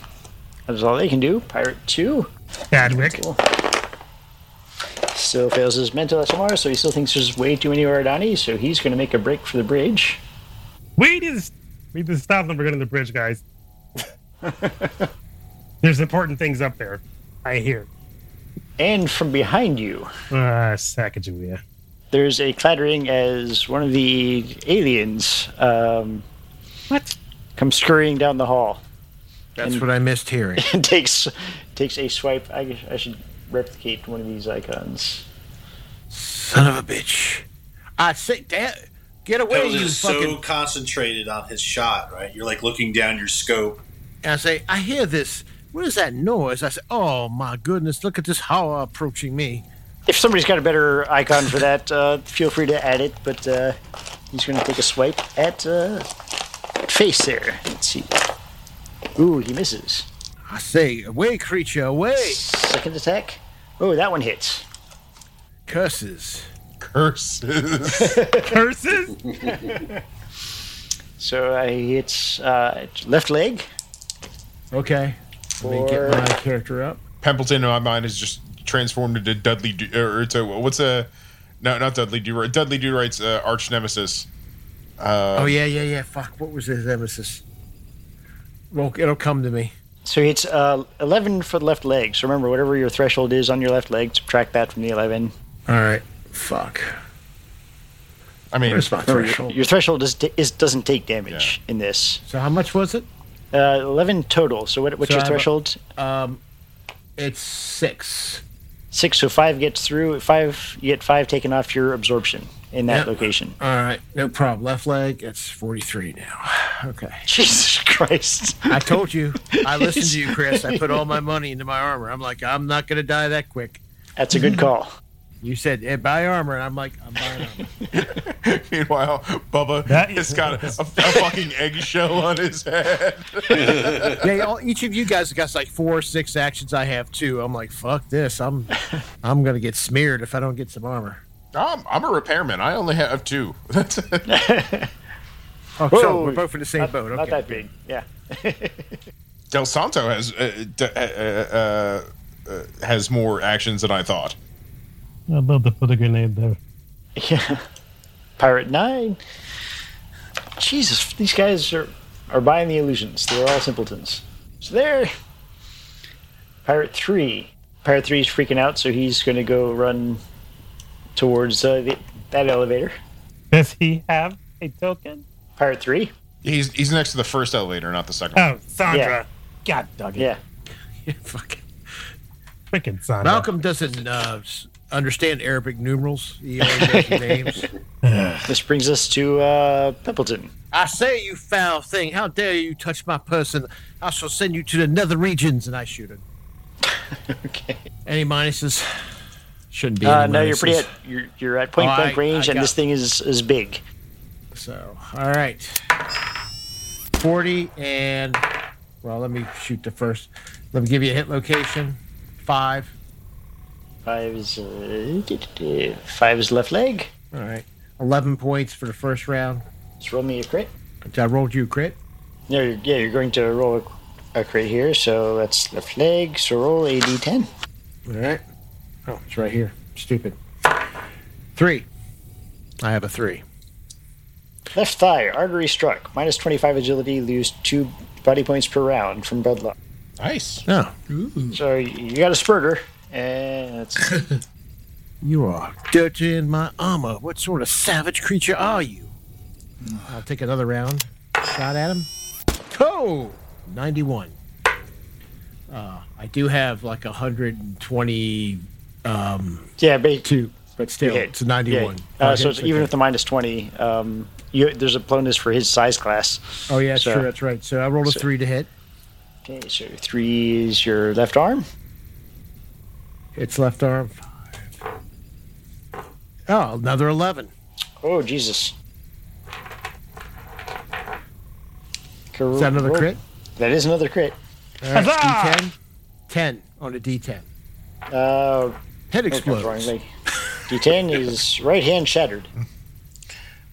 C: That's all they can do. Pirate 2
G: Chadwick.
C: still fails his mental SMR, so he still thinks there's way too many Oradani, so he's going to make a break for the bridge.
G: We need to we need to stop them from getting the bridge, guys. There's important things up there. I hear.
C: And from behind you,
G: Ah, Sacagawea.
C: there's a clattering as one of the aliens um,
G: What?
C: comes scurrying down the hall
F: That's what I missed hearing.
C: and takes takes a swipe. I, guess I should replicate one of these icons.
F: Son of a bitch. I say, Dad, get away,
E: Pills
F: you
E: is so
F: fucking.
E: concentrated on his shot, right? You're like looking down your scope.
F: And I say, I hear this What is that noise? I said, Oh my goodness, look at this hour approaching me.
C: If somebody's got a better icon for that, uh, feel free to add it. But uh, he's going to take a swipe at uh, face there. Let's see. Ooh, he misses.
F: I say, Away, creature, away!
C: Second attack. Oh, that one hits.
F: Curses.
D: Curses.
G: Curses?
C: So uh, he hits uh, left leg.
F: Okay. Let me get
C: Four.
F: my character up.
D: Pimpleton in my mind is just transformed into Dudley Du- or to what's a no, not Dudley Do Right. Dudley Do Right's uh, arch nemesis. Uh,
F: Oh, yeah, yeah, yeah. Fuck, what was his nemesis? Well, it'll come to me.
C: So he hits uh, 11 for the left leg. So remember, whatever your threshold is on your left leg, subtract that from the 11.
F: All right. Fuck.
D: I mean,
F: Where's my threshold?
C: Your threshold is, is, doesn't take damage in this.
F: So, how much was it?
C: Uh, 11 total. So what, what's
F: So
C: your
F: I have a-
C: threshold?
F: Um, It's six.
C: Six. So five gets through. Five. You get five taken off your absorption in that
F: Yeah.
C: location.
F: All right. No problem. Left leg, it's 43 now. Okay.
C: Jesus Christ.
F: I told you. I listened to you, Chris. I put all my money into my armor. I'm like, I'm not going to die that quick.
C: That's a good call.
F: You said, eh, buy armor. And I'm like, I'm buying armor.
D: meanwhile, Bubba
G: That
D: has
G: is-
D: got a, a fucking eggshell on his head.
F: they all, each of you guys has got like four or six actions. I have two. I'm like, fuck this. I'm, I'm going to get smeared if I don't get some armor.
D: I'm, I'm a repairman. I only have two. That's it.
F: Oh,
C: Whoa.
F: so we're both in the same
C: Not,
F: boat. Okay.
C: not that big. Yeah.
D: Del Santo has uh, d- uh, uh, uh, has more actions than I thought.
G: I love the put a grenade there.
C: Yeah. Pirate Nine. Jesus, these guys are are buying the illusions. They're all simpletons. So there. Pirate Three. Pirate Three is freaking out, so he's going to go run towards uh, the, that elevator.
G: Does he have a token?
C: Pirate Three.
D: He's he's next to the first elevator, not the second. one.
G: Oh, Sandra. God dog it.
C: Yeah.
F: Yeah, fuck.
G: Freaking Sandra.
F: Malcolm doesn't uh, s- understand Arabic numerals. He only knows names.
C: This brings us to uh, Pimpleton.
F: I say, you foul thing! How dare you touch my person? I shall send you to the nether regions, and I shoot him.
C: Okay.
F: Any minuses? Shouldn't be.
C: Uh,
F: any
C: no, you're pretty
F: minuses.
C: at you're, you're at point
F: Oh,
C: blank
F: I-
C: range,
F: I
C: and
F: got-
C: this thing is is big.
F: So, all right. Forty and well, let me shoot the first. Let me give you a hit location. Five.
C: Five is uh, five is left leg.
F: All right. Eleven points for the first round.
C: Let's roll me a crit.
F: Which I rolled you crit.
C: No, you're, yeah, you're going to roll a, a crit here, so that's left leg. So roll a d10.
F: All right. Oh, it's right here. Stupid. Three. I have a three.
C: Left thigh, artery struck. Minus 25 agility, lose two body points per round from bloodlock.
D: Nice.
F: No, Hmm.
C: So you got a spurter, and it's
F: you are dirty in my armor. What sort of savage creature are you? I'll take another round. Shot at him. Oh, 91. Uh, I do have like 120,
C: yeah, ba-
F: but still,
C: hit.
F: it's a Oh, 91.
C: Yeah. Uh,
F: Okay,
C: so it's, even
F: okay.
C: with the minus 20, um, you, there's a bonus for his size class.
F: Oh, yeah,
C: so-
F: sure, that's right. So I rolled a
C: so-
F: three to hit.
C: Okay, so three is your left arm.
F: It's left arm. Five. Oh, another 11.
C: Oh, Jesus.
F: Is that another crit?
C: That is another crit.
F: All right,
G: Huzzah!
F: D10. 10 on a D10.
C: Uh,
F: Head
C: that comes
F: explodes.
C: wrongly. D10 is right hand shattered.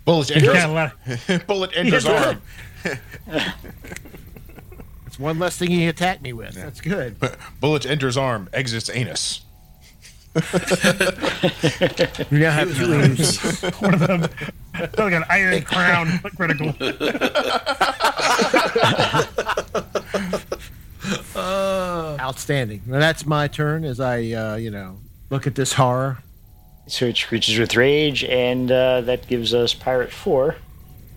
D: Bullet
G: Yeah,
D: enters.
G: la-
D: Bullet enters
G: Yeah.
D: arm.
F: It's one less thing he attacked me with. That's good.
D: Bullet enters arm. Exits anus.
F: We now have two enemies.
G: it's like an iron crown. Critical.
F: Uh, Outstanding. Now that's my turn as I, uh, you know, look at this horror.
C: So it screeches with rage, and uh, that gives us Pirate 4.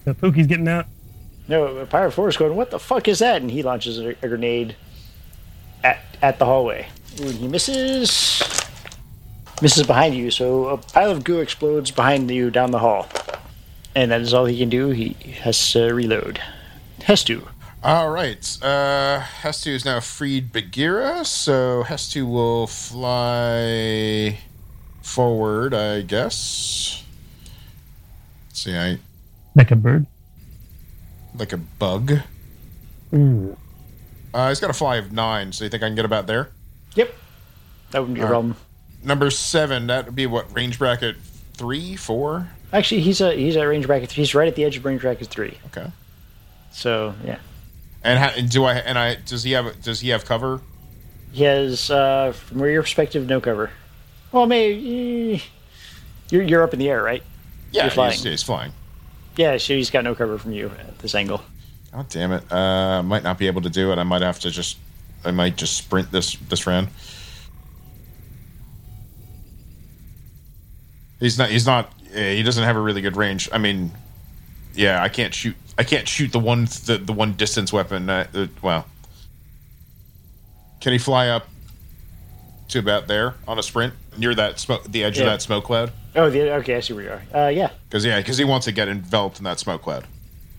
G: The Pookie's getting out.
C: No, Pirate 4 is going, What the fuck is that? And he launches a, a grenade at, at the hallway. Ooh, he misses. Misses behind you, so a pile of goo explodes behind you down the hall. And that is all he can do. He has to reload. Has to.
D: All right. Uh, Hestu is now freed Bagheera, so Hestu will fly forward, I guess. Let's see, I
G: Like a bird.
D: like a bug. Uh, he's got a fly of nine, so you think I can get about there?
C: Yep. That wouldn't be a problem.
D: Number seven, that would be what range bracket three, four.
C: Actually, he's a he's at range bracket. He's right at the edge of range bracket three.
D: Okay.
C: So yeah,
D: And, ha- and do I? And I does he have? Does he have cover?
C: he has uh, from your perspective no cover. Well, maybe eh, you're you're up in the air, right?
D: Yeah,
C: You're flying.
D: He's, he's flying.
C: Yeah, so he's got no cover from you at this angle.
D: God damn it! Uh, I might not be able to do it. I might have to just. I might just sprint this this round. He's not. He's not. eh, He doesn't have a really good range. I mean, yeah, I can't shoot. I can't shoot the one the, the one distance weapon. Uh, uh, well, can he fly up to about there on a sprint near that smoke the edge of
C: Yeah.
D: that smoke cloud?
C: Oh, the, okay, I see where you are. Uh, yeah,
D: Because yeah, because he wants to get enveloped in that smoke cloud.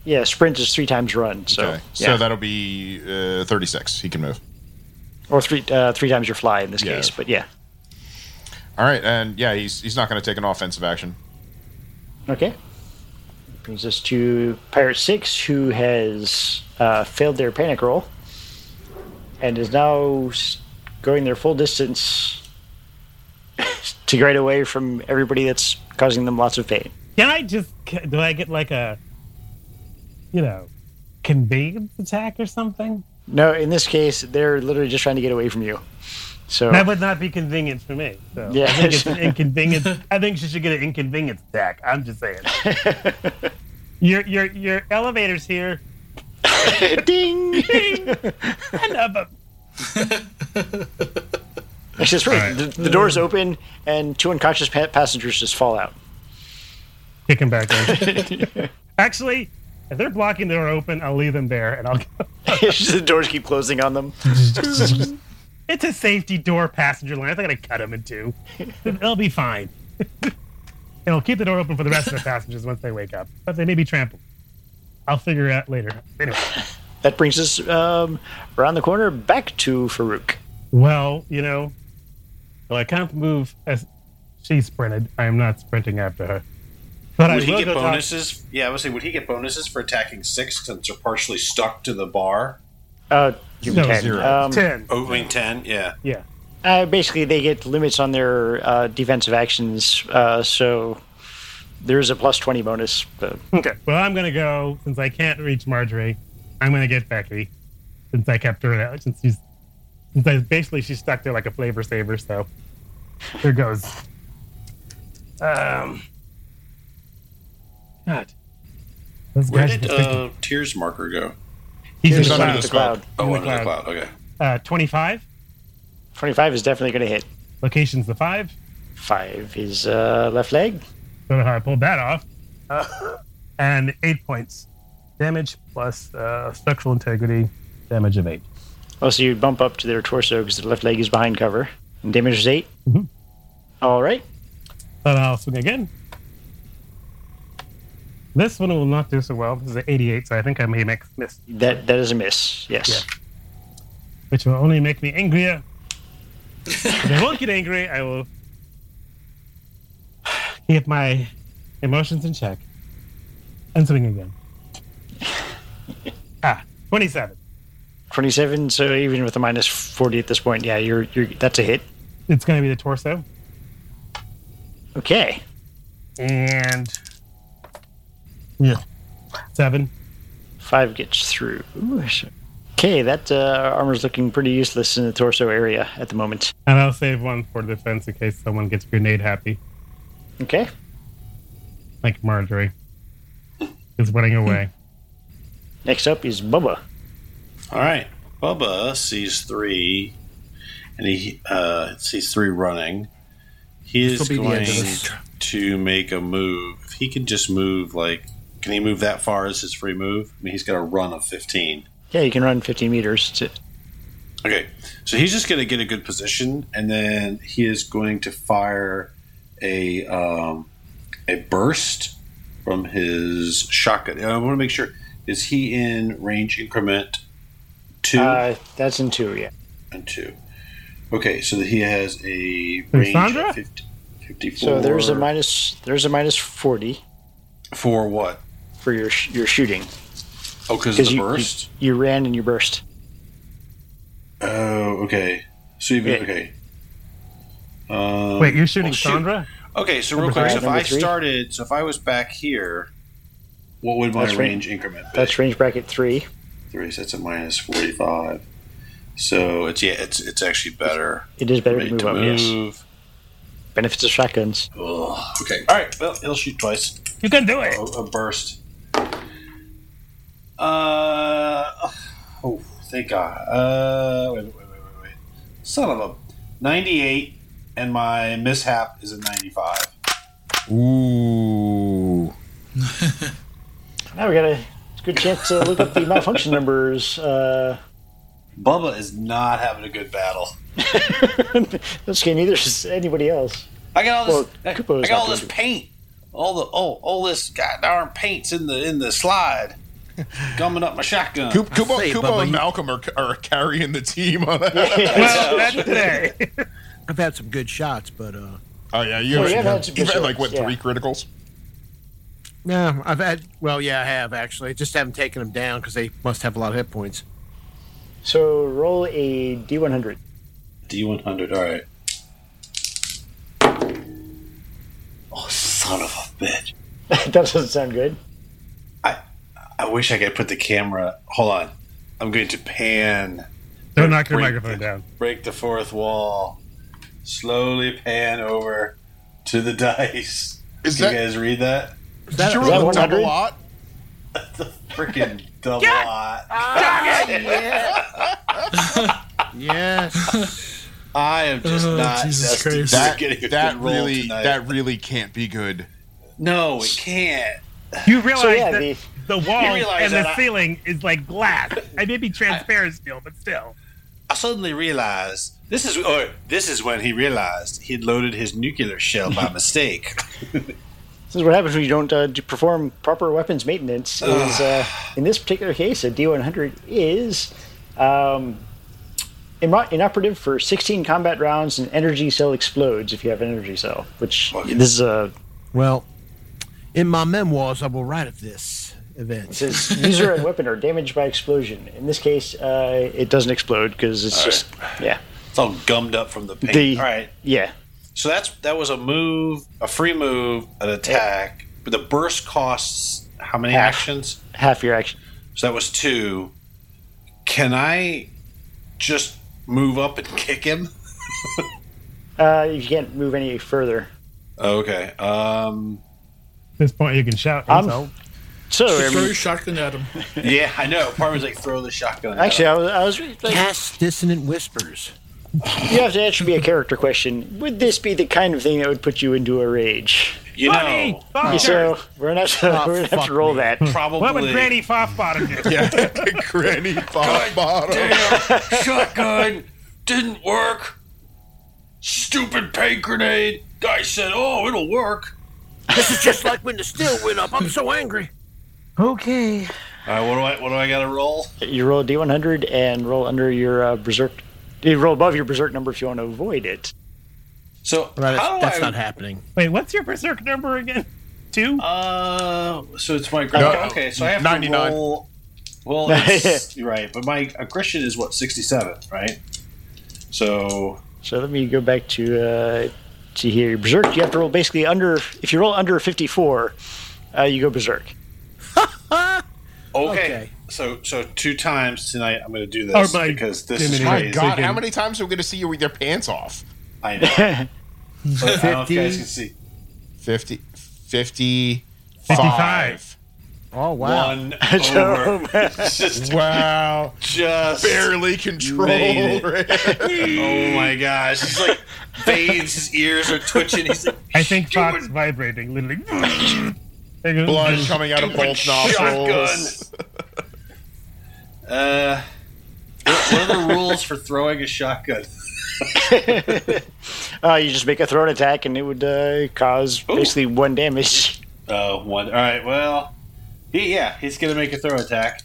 C: yeah. Sprint is three times run, so
D: Okay,
C: yeah,
D: so that'll be uh, thirty six. He can move.
C: or three uh, three times your fly in this
D: Yeah.
C: case. But yeah,
D: All right, and yeah, he's he's not going to take an offensive action.
C: okay. Brings us to Pirate Six, who has uh, failed their panic roll and is now s- going their full distance to get away from everybody that's causing them lots of pain.
G: Can I just do I get like a you know conveyance attack or something?
C: No, in this case, they're literally just trying to get away from you. So
G: That would not be convenient for me. So I think it's an inconvenience. I think she should get an inconvenience attack. I'm just saying. your your your elevator's here.
C: ding.
G: And up, up.
C: It's just right. The, the doors open and two unconscious pa- passengers just fall out.
G: Kick him back in. Actually, if they're blocking the door open, I'll leave them there and I'll go.
C: It's just the doors keep closing on them.
G: It's a safety door passenger line. I think I gotta cut them in two. They'll be fine. It'll keep the door open for the rest of the passengers once they wake up, but they may be trampled. I'll figure it out later. Anyway,
C: That brings us um, around the corner back to Farouk.
G: well, you know, well, I can't move as she sprinted. I am not sprinting after her. But
E: Would
G: I
E: he
G: will
E: get
G: go talk-
E: bonuses? Yeah, I would say, would he get bonuses for attacking six since they're partially stuck to the bar?
C: Uh, you
G: No,
C: can.
D: zero.
C: Um,
G: Ten.
E: Oh, I mean, 10, yeah.
G: Yeah.
C: uh, basically, they get limits on their uh, defensive actions, uh, so there is a plus 20 bonus. But
G: Okay. Well, I'm gonna go since I can't reach Marjorie. I'm gonna get Becky since I kept her out. Since she's since I basically she's stuck there like a flavor saver. So here goes. Um. God. Those
E: Where
G: guys
E: did
G: are just-
E: uh, Tears Marker go?
G: he's in
D: Here's
G: the
D: under
G: cloud.
D: the
C: the
D: cloud.
C: cloud.
E: Oh,
G: In the
E: under the cloud. Okay.
G: Uh, 25.
C: 25 is definitely going to hit.
G: Location's the five.
C: 5 is uh, left leg.
G: Don't know how I pulled that off. Uh, and eight points damage plus uh, structural integrity damage of eight.
C: Also, you bump up to their torso because the left leg is behind cover. And damage is 8.
G: Mhm.
C: All right.
G: But I'll swing again. This one will not do so well. This is an 88, so I think I may make miss,
C: That that is a miss. Yes.
G: which will only make me angrier. if I won't get angry, I will keep my emotions in check and swing again. ah, 27.
C: Twenty-seven. So even with a minus forty at this point, yeah, you're you're that's a hit.
G: It's going to be the torso.
C: Okay.
G: And. Yeah. Seven.
C: Five gets through. Okay, that uh, armor's looking pretty useless in the torso area at the moment.
G: And I'll save one for defense in case someone gets grenade happy.
C: Okay.
G: like Marjorie is running away.
C: Next up is Bubba.
E: All right. Bubba sees three, and he uh, sees three running. He is
F: This will be the
E: going
F: end of this.
E: to make a move. If he can just move, like, can he move that far as his free move? I mean, he's got a run of 15.
C: Yeah, you can run fifteen meters. To,
E: Okay, so he's just going to get a good position, and then he is going to fire a um, a burst from his shotgun. And I want to make sure Is he in range increment two
C: Uh, that's in two, yeah.
E: and two? Okay, so that he has a
G: And
E: range
G: Sandra?
E: of 50, 54.
C: So there's a minus there's a minus forty
E: for what?
C: for your sh- your shooting
E: Oh, because of
C: because
E: the
C: you, you
E: burst.
C: you ran and you burst.
E: oh, okay. So you've
C: Yeah.
E: okay. Um,
G: Wait, you're shooting
E: oh, shoot.
G: Sandra?
E: Okay, so real
C: Number
E: quick,
C: three.
E: so if I
C: Number three.
E: started, so if I was back here, what would my
C: That's right.
E: range increment be?
C: That's range bracket three.
E: three. So that's a minus forty-five. So it's yeah, it's it's actually better.
C: It is better to
E: Ready
C: move up. Yes. Benefits of shotguns.
E: Ugh, Okay. All right. Well, it'll shoot twice.
G: You can do it.
E: A, a burst. Uh oh! Thank God. Uh, wait, wait, wait, wait, wait. Son of a ninety-eight, and my mishap is a ninety-five.
D: Ooh.
C: Now we got a good chance to look up the malfunction numbers. Uh,
E: Bubba is not having a good battle.
C: this game neither is anybody else.
E: I got all
C: Well,
E: this. I,
C: Kupo is
E: I got
C: not
E: all this
C: gonna do-
E: paint. All the oh, all this goddamn paints in the in the slide, gumming up my shotgun.
D: Coop, Kubo,
F: say,
D: Kubo
F: Bubba,
D: and
F: you-
D: Malcolm are, are carrying the team on that.
G: Well, that's it.
F: I've had some good shots, but uh,
D: oh, yeah. You
C: Oh,
D: have,
C: yeah, that's a good
D: you've had like,
C: choice,
D: what,
C: yeah.
D: three criticals?
F: no, I've had. Well, yeah, I have actually. I just haven't taken them down because they must have a lot of hit points.
C: So roll a d100.
E: D one hundred. All right. Oh, son of a bitch!
C: that doesn't sound good.
E: I wish I could put the camera. Hold on. I'm going to pan.
G: Don't knock your
E: Break
G: microphone down.
E: Break the fourth wall. Slowly pan over to the dice.
D: Is
E: Did
D: that,
E: you guys read that?
D: did you
C: is that
D: roll a
C: 100?
D: double lot?
E: The freaking double lot.
F: Yes.
E: I am just
B: Oh,
E: not.
B: Jesus
E: destined
B: Christ.
E: for
D: That,
E: getting a
D: that
E: good roll
D: really
E: tonight.
D: that really can't be good.
E: no, it can't.
G: You realize
C: So yeah,
G: that
C: the,
G: the wall
E: realize
G: and the
E: that I-
G: ceiling is like glass. I may be transparent still, but still.
E: I suddenly realized this is or this is when he realized he'd loaded his nuclear shell by mistake.
C: this is what happens when you don't uh, do- perform proper weapons maintenance. Is uh, in this particular case, a D100 is um, ino- inoperative for 16 combat rounds, and energy cell explodes if you have an energy cell. Which this is a
F: Well, in my memoirs, I will write of this event.
C: it says user and weapon are damaged by explosion. In this case, uh, it doesn't explode because it's just yeah,
E: It's all gummed up from the paint.
C: The-
E: all right,
C: yeah.
E: so that's that was a move, a free move, an attack. But the burst costs how many
C: Half.
E: actions?
C: Half your action.
E: So that was two. Can I just move up and kick him?
C: Uh, you can't move any further.
E: Oh, Okay. Um.
G: At this point, you can shout.
C: I'm-
G: so-
C: So I
B: Just throw
C: mean,
B: your shotgun at him.
E: Yeah, I know. Part was like throw the shotgun. at him.
C: actually, I was, I was like,
F: Cast dissonant whispers.
C: You have to that should be a character question. Would this be the kind of thing that would put you into a rage?
E: you know,
G: Granny Foster!
C: So we're gonna have to,
F: Oh,
C: we're gonna have
F: fuck
C: to roll
F: me.
C: that.
E: probably.
G: what would Granny Fothbottom do?
D: Yeah, Granny Oh Bob Bottom.
E: shotgun didn't work. Stupid paint grenade. Guy said, "Oh, it'll work."
F: This is just like when the steel went up. I'm so angry. Okay.
E: All right, what do I what do I got to roll?
C: You roll a d100 and roll under your uh, berserk. You roll above your berserk number if you want to avoid it.
E: So
F: Well,
E: how do
F: that's that's
E: I?
F: not happening.
G: Wait, what's your berserk number again? Two?
E: uh, so it's my
D: No,
E: aggression. okay, so I have
D: 99.
E: to roll. Well, it's, you're right, but my aggression is what sixty-seven, right? So
C: So let me go back to uh, to here. Your berserk. You have to roll basically under. If you roll under 54, uh, you go berserk.
E: okay.
F: Okay.
E: so so two times tonight I'm going to do this
G: Oh, my
E: because this is
G: goodness.
D: My
E: crazy.
D: God, how
G: Again.
D: many times are we going to see you with your pants off?
E: I know. But I don't know if you guys can see.
D: 50, 55.
G: 55.
F: Oh wow.
E: One over. It's just
D: Wow.
E: just
D: Barely controlled.
E: Made
D: oh
E: Oh my gosh. He's like veins, his ears are twitching. He's like,
G: I think Fox vibrating, literally. There goes-
D: Blood coming out of both nostrils.
E: uh, what what are the rules for throwing a shotgun?
C: Uh, you just make a thrown attack and it would uh, cause
E: Ooh. Uh,
C: basically one damage.
E: Oh, one. All right, well, Yeah, yeah, he's gonna make a throw attack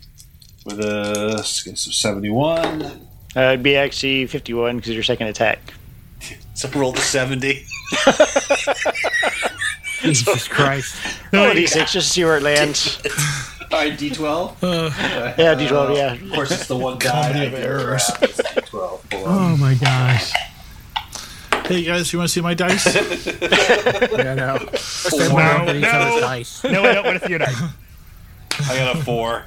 E: with a let's get some seventy-one.
C: Uh, it'd be actually 51 because your second attack.
E: So roll the seventy.
F: Jesus Christ.
C: Roll a d6 just to see where it lands.
E: All right, D twelve.
C: Yeah, d12, yeah.
E: Of course, it's the one guy.
B: of errors.
E: Twelve.
G: Oh my gosh.
B: Hey guys, you want to see my dice?
F: Yeah, no. Let's
E: Four.
F: say we're up at each
G: No.
F: other's dice.
G: No, I don't want to see your dice.
E: I got a four.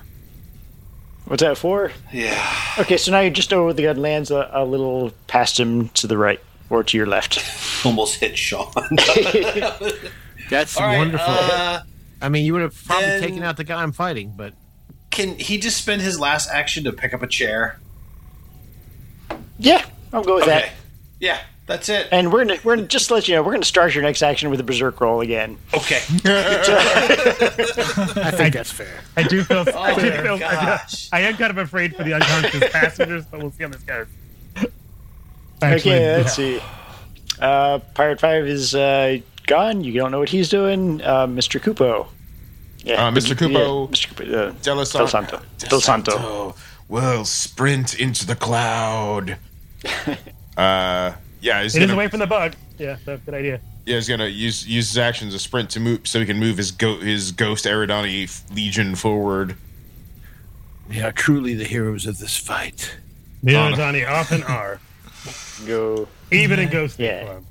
C: What's that, four?
E: Yeah.
C: Okay, so now you're just over the gun, lands a, a little past him to the right or to your left.
E: Almost hit Sean.
F: That's
E: All right,
F: wonderful.
E: uh,
F: I mean, you would have probably
E: then-
F: taken out the guy I'm fighting, but
E: can he just spend his last action to pick up a chair?
C: Yeah, I'll go with that.
E: Yeah, that's it.
C: And we're gonna we're gonna just to let you know we're gonna start your next action with a berserk roll again.
E: Okay.
F: I think that's fair.
G: I do feel. I do
E: my
G: feel. I, do,
E: gosh.
G: I am kind of afraid for the unconscious passengers, but we'll see how this goes. Actually,
C: Okay, let's
G: yeah.
C: see. Uh, Pirate Five is uh, gone. You don't know what he's doing, uh, Mr. Kupo. Yeah,
D: Uh, Mr.
C: yeah,
D: Kupo-
C: Mr. Kupo. Uh,
D: Del
C: Del Santo. Del Santo.
D: Well, sprint into the cloud. uh, yeah, he's
G: It is
D: gonna,
G: away from the bug. Yeah, so good idea.
D: yeah, he's gonna use use his action as a sprint to move, so he can move his go his ghost Eridani f- legion forward.
F: They are truly the heroes of this fight.
G: Neil and Donnie often are,
C: Go.
G: even in ghost
C: Yeah.
G: form.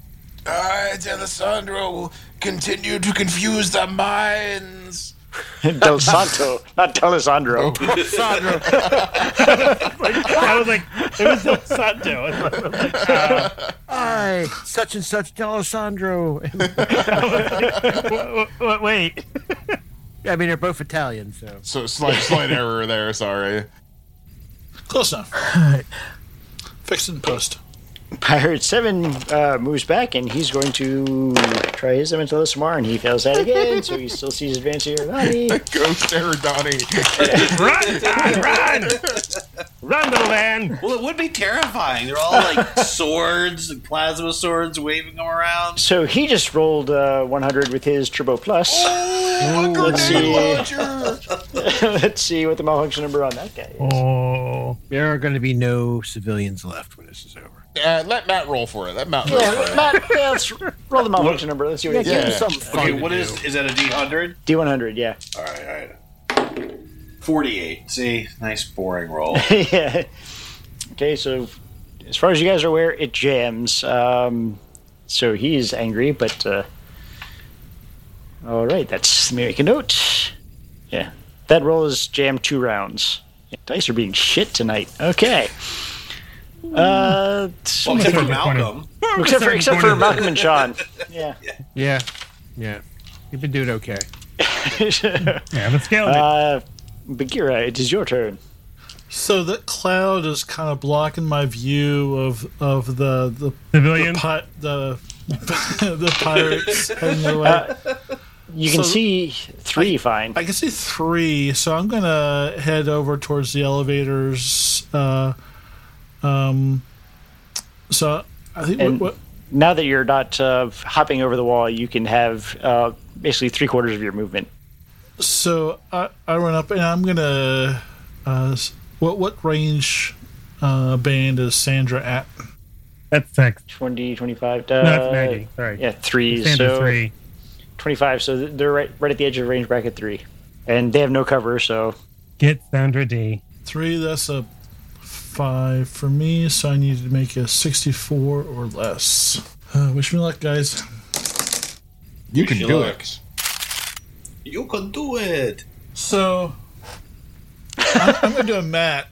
I: I, Alessandro, will continue to confuse their minds.
C: Del Santo, not Alessandro.
F: Oh.
G: I was like, it was Del Santo. I was like,
F: I, such and such, D'Alessandro.
G: w- w- Wait,
F: I mean, they're both Italian, so.
D: So slight slight error there. Sorry.
B: Close enough. Fix it in post.
C: Pirate Seven uh, moves back, and he's going to try his elemental SMR, and he fails that again, so he still sees advance here.
D: Ghost Eridani.
G: run, Don, run, run, little man.
E: Well, it would be terrifying. They're all like swords and plasma swords waving them around.
C: So he just rolled uh, 100 with his Turbo Plus. let's see.
D: Uh,
C: let's see what the malfunction number on that guy is.
G: Oh,
F: There are going to be no civilians left when this is over.
D: uh, let Matt roll for it. Let Matt roll for
C: Yeah,
D: it.
C: Matt, yeah, let's roll the malfunction number. Let's see what he
D: Yeah.
C: gets.
F: Give them something fun
E: Okay,
F: to
E: what
F: do.
E: is is that a D hundred?
C: D100, yeah.
E: All right, all right. Forty-eight. See, nice boring roll.
C: yeah. Okay, so as far as you guys are aware, it jams. Um, so he's angry, but uh, all right, that's let me make a note. Yeah, that roll is jammed two rounds. Dice are being shit tonight. Okay. Uh, so-
E: Well, except for
G: Sorry,
E: Malcolm.
C: except for except for Malcolm and Sean. Yeah.
F: Yeah. Yeah. You've been doing okay.
G: Yeah, let's go.
C: uh, Bagheera, it is your turn.
B: So that cloud is kind of blocking my view of of the the the,
C: uh,
G: Civilian.
B: pi- the, the pirates heading their way.
C: You can
B: So-
C: see three fine.
B: I can see three, so I'm gonna head over towards the elevators. Uh, um, so I think
C: And-
B: what, what
C: now that you're not uh, hopping over the wall, you can have uh, basically three quarters of your movement.
B: so I, I run up and I'm gonna uh, s- what what range uh, band is Sandra at?
G: That's six.
C: 20, 25.
G: No, that's ninety. Sorry.
C: uh, Yeah, three.
G: Standard
C: so
G: three.
C: 25. So th- they're right, right at the edge of range bracket three. And they have no cover, so
G: Get Sandra D.
B: Three. That's a five for me. So I need to make a 64 or less. Uh, wish me luck, guys.
D: You can
E: She
D: do
E: looks.
D: it.
E: You can do it.
B: So I'm, I'm gonna do a mat.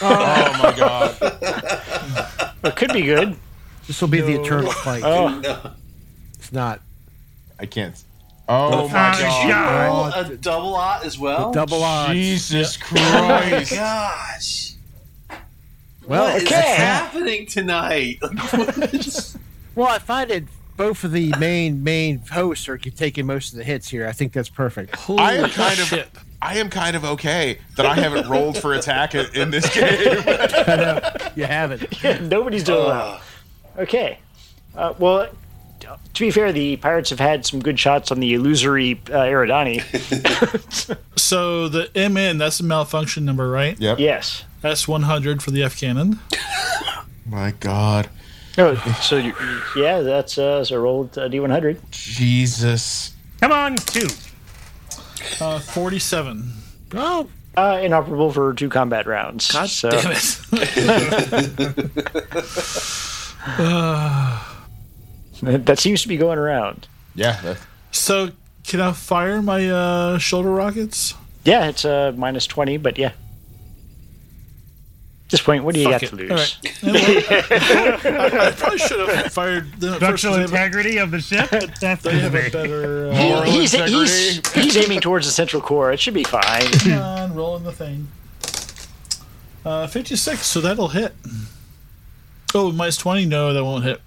D: Oh my god.
C: it could be good.
F: This will be the eternal fight.
C: Oh,
F: It's not.
D: I can't. Oh my
G: Ah,
D: god.
G: yeah.
E: Roll a double lot as well.
F: Double odds.
D: Jesus Christ.
E: Gosh,
F: Well,
E: what is
F: okay.
E: happening tonight?
F: Well, I find it both of the main main hosts are taking most of the hits here. I think that's perfect.
B: Holy
D: I am kind of-
B: shit.
D: I am kind of okay that I haven't rolled for attack in in this game.
F: You have it.
C: nobody's doing well. Okay. Uh, well, to be fair, the pirates have had some good shots on the illusory uh, Eridani.
B: So the MN, that's the malfunction number, right?
D: Yep.
C: yes.
B: That's 100 for the F cannon.
D: My God.
C: Oh, so you, yeah, that's uh, so roll uh, D100.
D: Jesus.
G: Come on, two.
B: Uh, 47.
F: Oh,
C: Uh, inoperable for two combat rounds.
B: God
C: so,
B: damn it.
C: That seems to be going around.
D: Yeah. That,
B: So can I fire my uh, shoulder rockets?
C: Yeah, it's uh, minus 20, but yeah. At this point, what do you
B: Fuck
C: got to
B: it. All
C: lose?
B: right. I, I probably should have fired them at first.
G: Structural
B: They have,
G: integrity of the ship. That's
B: they have
G: the
B: a better.
C: He-
B: Uh,
C: he's, he's, he's aiming towards the central core. It should be fine.
B: come on, rolling the thing. Uh, 56, so that'll hit. Oh, minus 20? No, that won't hit.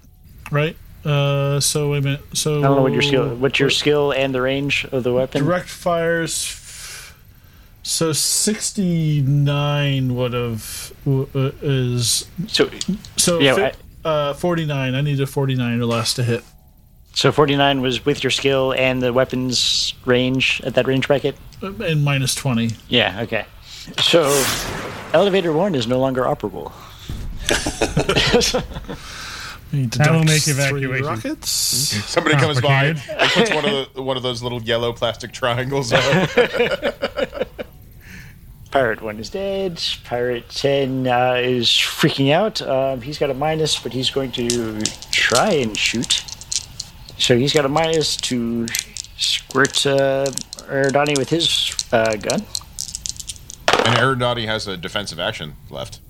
B: Right? Uh, so wait a minute. So
C: I don't know what your skill, what's your skill and the range of the weapon.
B: direct fires. So sixty nine would have w- uh, is
C: So,
B: so
C: Yeah,
B: fi- uh, forty nine. I need a forty nine or less to hit.
C: so 49 was with your skill and the weapons range at that range bracket.
B: uh, And minus twenty.
C: Yeah. Okay. So, elevator one is no longer operable.
B: I need to
G: That'll
B: duck
G: make
B: three Mm-hmm.
G: evacuation.
B: rockets.
D: somebody comes by and
G: Complicated.
D: puts one of the, one of those little yellow plastic triangles up.
C: Pirate one is dead. Pirate ten uh, is freaking out. Um, he's got a minus, but he's going to try and shoot. So he's got a minus to squirt uh, Erdani with his uh, gun.
D: and Arendotti has a defensive action left.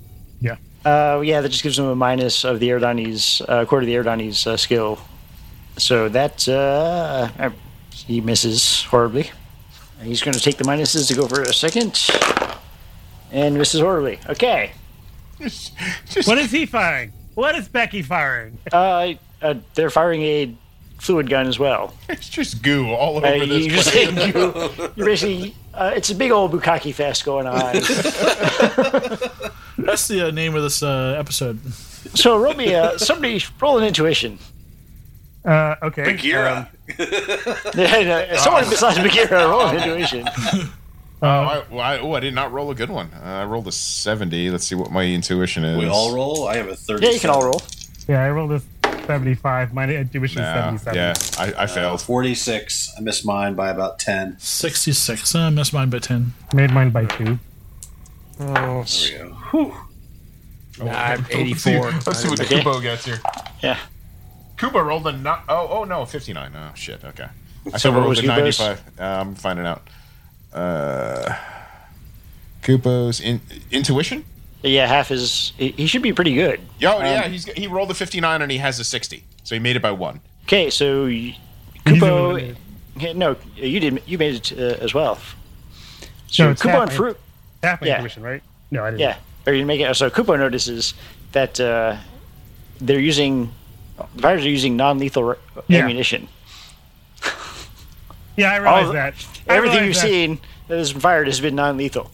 C: Uh, yeah, that just gives him a minus of the Erdani's uh, quarter of the Erdani's uh, skill. So that uh, uh, he misses horribly. He's going to take the minuses to go for a second, and misses horribly. Okay,
G: What is he firing? What is Becky firing?
C: uh, uh, they're firing a fluid gun as well.
D: It's just goo all over
C: Uh,
D: this
C: you
D: place.
C: just you, you basically uh, it's a big old bukkake fest going on.
B: That's the uh, name of this uh, episode.
C: so roll me uh, somebody roll an intuition.
G: Uh, okay.
E: Gira.
G: Ah.
C: Someone besides Bagheera roll an intuition.
G: Uh,
D: I, well, I, oh, I did not roll a good one. Uh, I rolled a 70. Let's see what my intuition is.
E: Uh, we all roll. I have a thirty.
C: Yeah, you can all roll.
G: Yeah, I rolled a 75. My intuition is
D: Nah,
G: 77.
D: yeah, I, I failed.
E: Forty six. I missed mine by about ten.
B: Sixty six. Uh, I missed mine by ten.
G: Made mine by two.
E: There we go.
F: I'm 84.
D: Let's see what
C: Okay.
D: Kubo gets here.
C: Yeah.
D: Kubo rolled a no- oh oh no 59. Oh shit. Okay. I
C: So what
D: thought I rolled
C: was
D: a
C: Kubo's?
D: 95. Uh, I'm finding out. Uh, Kubo's in- intuition.
C: Yeah, half is. He he should be pretty good.
D: Yo, yeah, he's he rolled a 59 and he has a 60, so he made it by one.
C: Okay, so y-
G: He's
C: Kupo.
G: eliminated.
C: Yeah, No, you did. You made it uh, as well. So
G: No, it's
C: Kupo and
G: half, I-
C: Farouk.
G: Half my
C: Yeah.
G: intuition, right? No, I didn't.
C: Yeah, or you make it. So Kupo notices that uh, they're using the pirates are using non-lethal r
G: Yeah.
C: ammunition.
G: Yeah, I realized
D: Oh,
C: All-
G: that. I
C: Everything you've
G: realized that.
C: seen that has been fired has been non-lethal.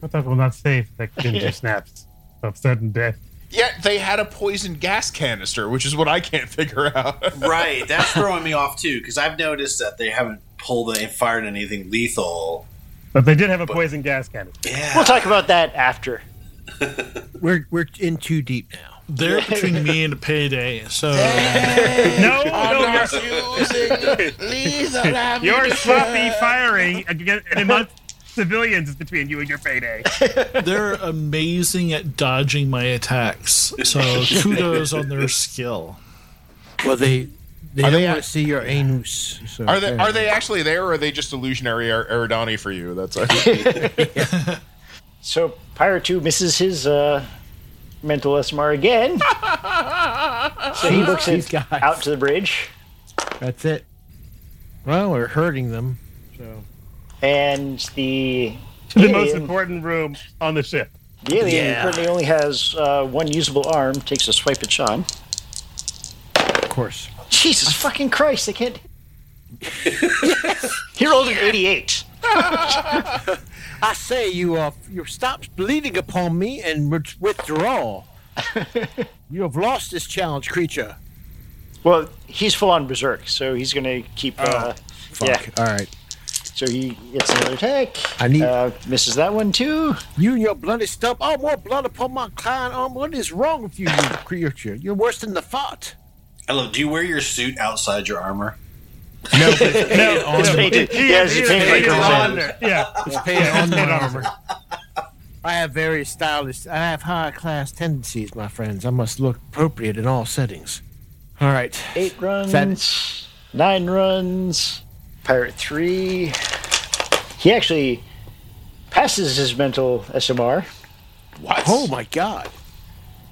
G: What that will not safe. That ginger snaps of sudden death.
D: Yet they had a poison gas canister, which is what I can't figure out.
E: right, that's throwing me off too because I've noticed that they haven't pulled and fired anything lethal.
G: But they did have a poison gas cannon.
E: Yeah,
C: We'll talk about that after.
F: We're, we're in too deep now.
B: They're between me and a payday. So
D: Oh,
G: No, no, you're-
I: Not using lethal
G: Your
I: ammunition.
G: sloppy firing against and amongst civilians is between you and your payday.
B: they're amazing at dodging my attacks. So kudos on their skill.
F: Well, they they
D: Are
F: don't
D: they
F: want
D: at-
F: to see your anus. So
D: Are they
F: there.
D: are they actually there, or are they just illusionary Ar- Eridani for you? That's it.
C: So Pirate Two misses his uh, mental SMR again. so he looks
F: These
C: it
F: guys.
C: out to the bridge.
F: That's it. Well, we're hurting them. So
C: and the
G: To the most
C: alien-
G: important room on the ship.
C: the alien who
F: Yeah.
C: currently only has uh, one usable arm takes a swipe at Sean.
F: of course.
C: Jesus fucking Christ! They can't. he rolled an eighty-eight.
F: I say you are you stop bleeding upon me and withdraw. you have lost this challenge, creature.
C: Well, he's full on berserk, so he's gonna keep. Uh,
F: Fuck.
C: Yeah.
F: All right.
C: So he gets another attack.
F: I need-
C: uh, misses that one too.
F: You and your bloody stump. Oh, more blood upon my client arm. What is wrong with you, you creature? You're worse than the fart.
E: I love. Do you wear your suit outside your armor?
G: No,
C: It's painted. Yeah, it's
G: It's
C: painted like
G: painted
C: those
G: on
C: ends.
G: there. Yeah.
F: It's painted on my armor. I have very stylish. I have high class tendencies, my friends. I must look appropriate in all settings. All right.
C: Eight runs.
F: That-
C: Nine runs. Pirate three. He actually passes his mental SMR.
F: Oh my God.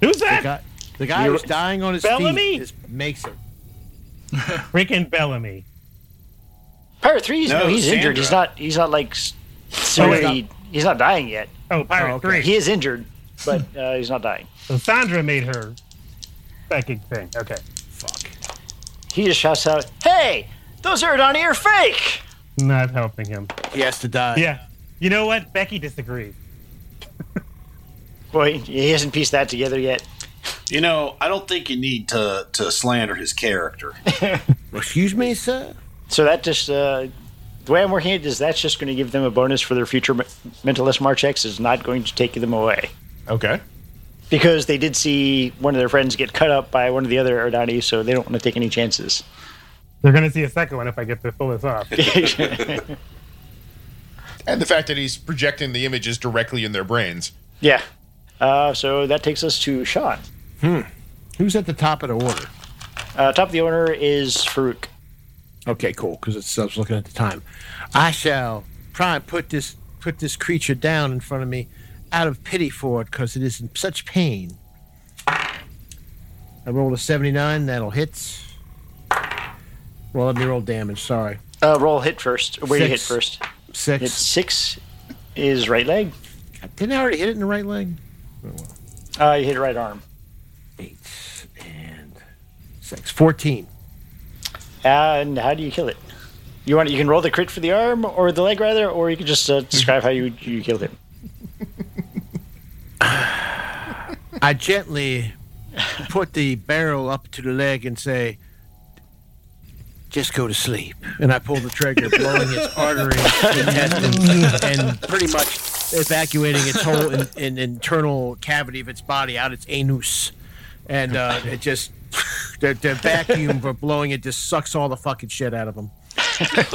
G: Who's
F: The
G: that?
F: guy, the guy
C: You're-
F: who's dying on his
G: Bellamy?
F: feet is, makes it.
G: Freaking Bellamy.
C: Pirate three. No,
E: No,
C: no he's
E: Sandra.
C: injured. He's not. He's not like. s- Severely, he's not dying yet.
G: Oh, Pirate
F: Oh, okay.
G: 3.
C: He is injured, but uh, he's not dying.
G: So Sandra made her psychic thing. Okay.
C: He just shouts out, "Hey, those Eridani are fake!"
G: Not helping him.
F: He has to die.
G: Yeah. You know what? Becky disagrees.
C: Boy, he hasn't pieced that together yet.
E: You know, I don't think you need to to slander his character.
F: Excuse me, sir.
C: So that just uh, the way I'm working it is that's just going to give them a bonus for their future me- mental SMR checks. Is not going to take them away
D: Okay.
C: because they did see one of their friends get cut up by one of the other Erdani, so they don't want to take any chances.
G: They're going to see a second one if I get to pull this off.
D: And the fact that he's projecting the images directly in their brains.
C: yeah. Uh, so that takes us to Sean.
F: Who's at the top of the order?
C: Uh, top of the order is Farouk.
F: Okay, cool. Because it's I was looking at the time. I shall try and put this put this creature down in front of me, out of pity for it, because it is in such pain. I rolled a seventy-nine. That'll hit. Well, let me roll damage. Sorry,
C: Uh, roll hit first. Where do you hit
F: Six.
C: first?
F: six.
C: It's six. Is right leg.
F: Didn't I already hit it in the right leg?
C: Uh, you hit right arm.
F: Eight and six. Fourteen.
C: And how do you kill it? You want you can roll the crit for the arm or the leg rather, or you can just uh, describe how you you killed him.
F: I gently put the barrel up to the leg and say, just go to sleep. And I pull the trigger, blowing its artery, intestines, and pretty much evacuating its whole in, in, internal cavity of its body out its anus. And uh, it just, the, the vacuum for blowing it just sucks all the fucking shit out of them.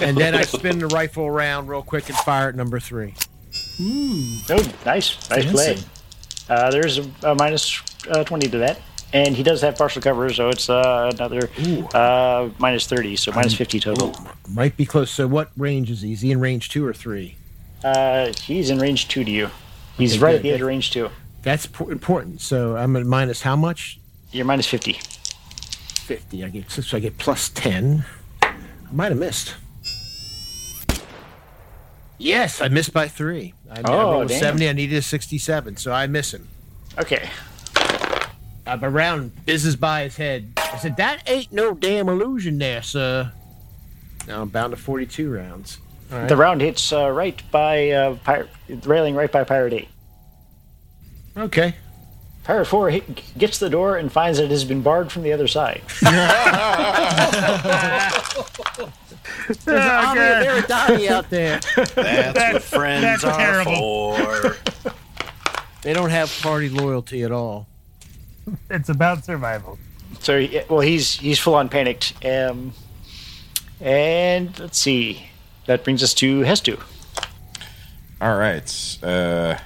F: And then I spin the rifle around real quick and fire at number three.
C: Oh, nice, nice play. Uh, there's a, a minus uh, twenty to that, and he does have partial cover, so it's uh, another uh, minus thirty, so minus fifty total.
F: Might be close. So what range is he? Is he in range two or three?
C: Uh, he's in range two to you. He's
F: Okay,
C: right
F: good.
C: at the edge of range two.
F: That's po- important. So I'm at minus how much?
C: You're minus fifty.
F: 50. I get so I get plus 10. I might have missed. Yes, I missed by three. I, I
C: Oh,
F: rolled a
C: damn.
F: 70. I needed a 67, so I miss him.
C: Okay.
F: I'm around business by his head. I said, "That ain't no damn illusion, there, sir." Now I'm bound to 42 rounds.
C: The round hits uh, right by uh, pirate, railing right by pirate eight.
F: Okay.
C: Pirate four hit, gets the door and finds that it has been barred from the other side.
F: There's an army of Eridani out there.
E: That's, what friends
G: that's
E: are
G: terrible.
E: for.
F: They don't have party loyalty at all.
G: It's about survival.
C: So, he- well, he's he's full on panicked. Um, and let's see, that brings us to Hestu.
D: All right. Uh,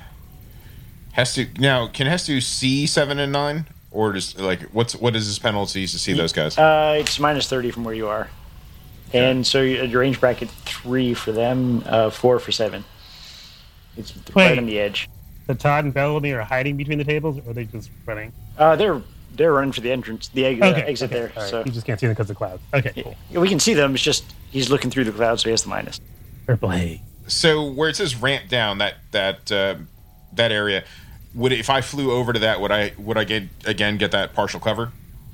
D: has to now. Can Hestu see seven and nine, or just like what's what is his penalties to see those guys?
C: Uh, it's minus thirty from where you are, and so you- your range bracket three for them, uh, four for seven. It's right
G: Wait.
C: on the edge.
G: So Todd and Bellamy are hiding between the tables, or are they just running?
C: Uh, they're they're running for the entrance, the eg- uh, exit
G: okay,
C: there.
G: all right.
C: So
G: You just can't see them because of clouds. Okay, cool.
C: we can see them. It's just he's looking through the clouds, so he has the minus.
G: Purple hay.
D: so where it says ramp down, that that uh, that area, would if I flew over to that, would I would I get again get that partial cover?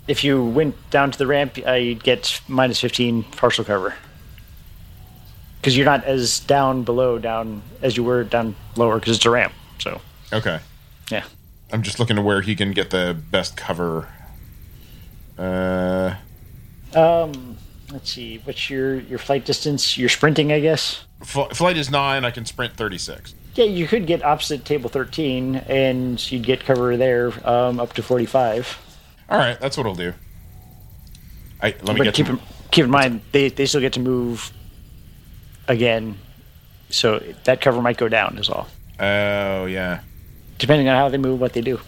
C: If you went down to the ramp, uh, you'd get minus fifteen partial cover because you're not as down below down as you were down lower because it's a ramp. So
D: Okay.
C: yeah.
D: I'm just looking to where he can get the best cover. Uh,
C: Um, let's see. What's your your flight distance? You're sprinting, I guess.
D: Fl- flight is nine. I can sprint thirty six.
C: Yeah, you could get opposite table thirteen, and you'd get cover there um, up to forty-five.
D: All right, that's what I'll do. I let me
C: But
D: get
C: keep
D: to-
C: in, keep in mind they they still get to move again, so that cover might go down is all,
D: Oh yeah.
C: depending on how they move, what they do.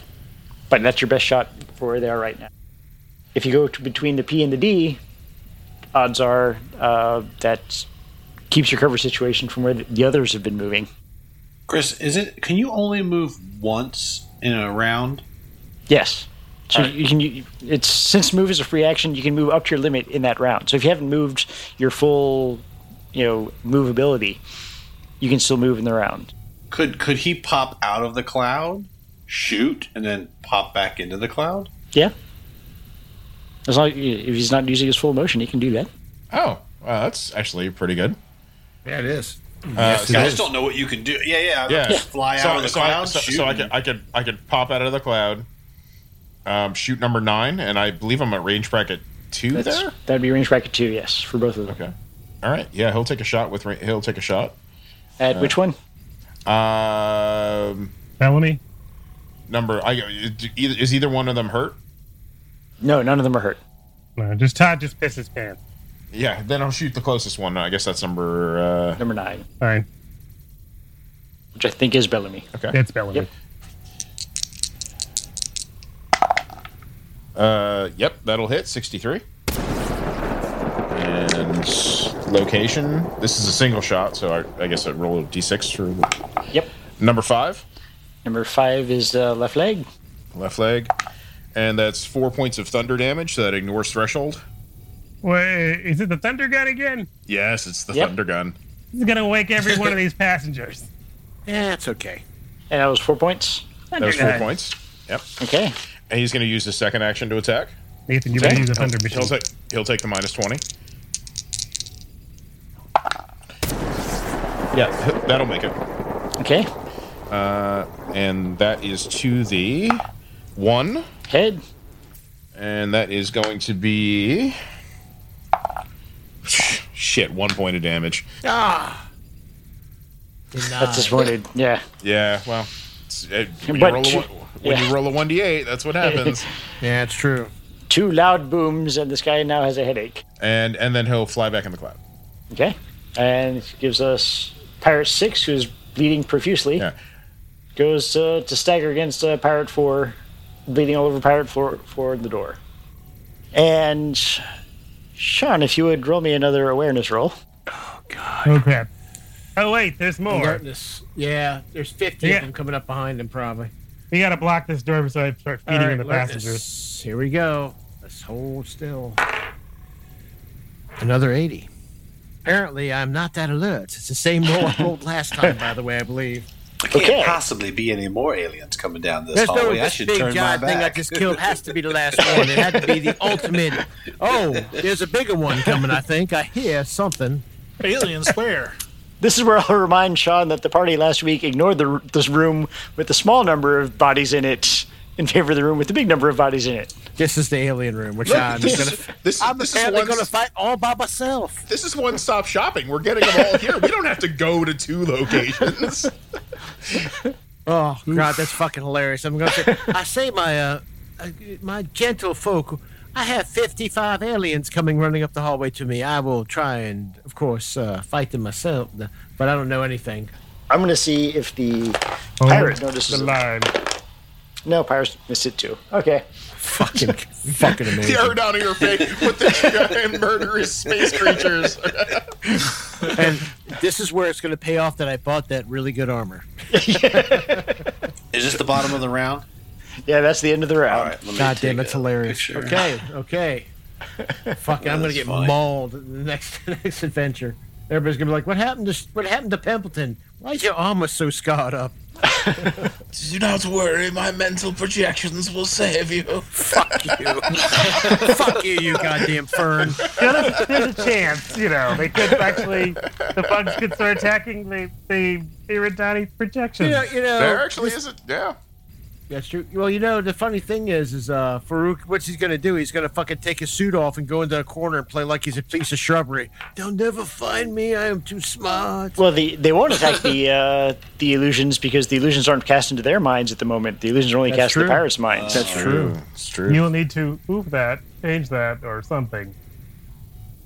C: But that's your best shot for where they are right now. If you go to between the P and the D, odds are uh, that keeps your cover situation from where the- the others have been moving.
E: Chris, is it? Can you only move once in a round?
C: Yes. So you can. You, it's since move is a free action, you can move up to your limit in that round. So if you haven't moved your full, you know, movability, you can still move in the round.
E: Could could he pop out of the cloud, shoot, and then pop back into the cloud?
C: Yeah. As long if he's not using his full motion, he can do that.
D: Oh, wow, that's actually pretty good.
F: Yeah, it is.
D: Uh, so-
E: I just don't know what you can do. Yeah, yeah.
D: yeah.
E: Just fly
D: so,
E: out of the
D: so I-
E: cloud.
D: so-
E: shoot.
D: so I could I could I could pop out of the cloud, um, shoot number nine, and I believe I'm at range bracket two
C: That's-
D: there.
C: That'd be range bracket two, yes, for both of them.
D: Okay. All right. Yeah, he'll take a shot with ra- he'll take a shot.
C: At which one?
D: Um,
G: Felony?
D: number I is either one of them hurt?
C: No, none of them are hurt.
G: No, just Todd just pissed his pants.
D: Yeah, then I'll shoot the closest one. I guess that's number. Uh,
C: Number nine,
G: Fine.
C: which I think is Bellamy.
G: That's felony.
C: Yep.
D: Uh, yep, that'll hit 63. And location. This is a single shot, so I, I guess I roll a d6 for
C: Yep.
D: number five,
C: Number five is uh, left leg.
D: left leg, and that's four points of thunder damage. So that ignores threshold.
G: Wait, is it the Thunder Gun again?
D: Yes, it's the
C: Yep.
D: thunder gun.
G: He's gonna wake every one of these passengers.
F: Yeah, it's okay.
C: And that was four points.
D: That was four
G: Gun.
D: points. Yep,
C: Okay.
D: and he's going to use the second action to attack.
G: Nathan, you better use a Thunder
D: He'll
G: machine.
D: take he'll take the minus twenty. Yeah, that'll make it.
C: Okay.
D: Uh, and that is to the one,
C: Head.
D: and that is going to be shit one point of damage.
C: That's disappointed. Ah, Yeah.
D: Yeah, well, it's, it, when, you
C: But
D: roll, a
C: two-
D: one, when
C: yeah.
D: you roll a one d eight, that's what happens.
F: Yeah, it's true.
C: Two loud booms, and this guy now has a headache.
D: and and then he'll fly back in the cloud.
C: Okay. And it gives us Pirate 6, who's bleeding profusely.
D: Yeah.
C: Goes uh, to stagger against uh, Pirate 4, bleeding all over Pirate 4, 4 at the door. And Sean, if you would roll me another awareness roll.
G: Oh crap. Oh wait, there's more.
F: Darkness. Yeah, there's 50
G: Yeah.
F: of them coming up behind him, probably.
G: We gotta block this door so I start
F: All
G: feeding
F: right,
G: in the
F: alertness.
G: passengers.
F: Here we go. Let's hold still. Another 80. Apparently, I'm not that alert. It's the same roll I rolled last time, by the way, I believe.
E: There can't
C: Okay.
E: possibly be any more aliens coming down this
F: There's no
E: hallway. I
F: this
E: should
F: big
E: turn my
F: giant
E: back.
F: thing I just killed has to be the last one. It had to be the ultimate. Oh, there's a bigger one coming, I think. I hear something.
B: Aliens where?
C: This is where I'll remind Sean that the party last week ignored the, this room with the small number of bodies in it in favor of the room with the big number of bodies in it.
F: This is the alien room, which I'm
D: this,
F: gonna.
D: is, this,
F: I'm
D: this is
F: apparently
D: one,
F: gonna fight all by myself.
D: this is one stop shopping. We're getting them all here. We don't have to go to two locations.
F: Oh god, that's fucking hilarious. I'm gonna say, I say my uh, uh, my gentle folk, I have 55 aliens coming running up the hallway to me. I will try and, of course, uh, fight them myself, but I don't know anything.
C: I'm going to see if the pirate
G: Oh,
C: notices
G: the
C: it.
G: line.
C: No, pirates missed it too. Okay.
F: Fucking, fucking amazing.
D: Tear down your face with the giant murderous space creatures.
F: And this is where it's gonna pay off that I bought that really good armor.
E: Is this the bottom of the round?
C: Yeah, that's the end of the round.
E: All right. Let me
F: God
E: take
F: damn, it's
E: a
F: hilarious.
E: picture.
F: Okay, okay. Fuck, I'm gonna
E: That's
F: get
E: fine.
F: mauled in the next the next adventure. Everybody's gonna be like, "What happened to What happened to Pimpleton? Why is your armor so scarred up?"
I: Do not worry, my mental projections will save you.
F: Fuck you. Fuck you, you goddamn fern.
G: You know, there's, there's a chance, you know, they could actually the bugs could start attacking the the Iridani projections.
F: You know, you know.
D: There actually isn't. Yeah.
F: That's true. Well, you know, the funny thing is, is uh, Farouk, what he's gonna do? He's gonna fucking take his suit off and go into a corner and play like he's a piece of shrubbery. They'll never find me. I am too smart.
C: Well, the, they won't attack the uh, the illusions because the illusions aren't cast into their minds at the moment. The illusions are only
F: That's
C: cast
F: true.
C: into the pirates' minds.
F: That's true.
D: It's true.
G: You'll need to move that, change that, or something.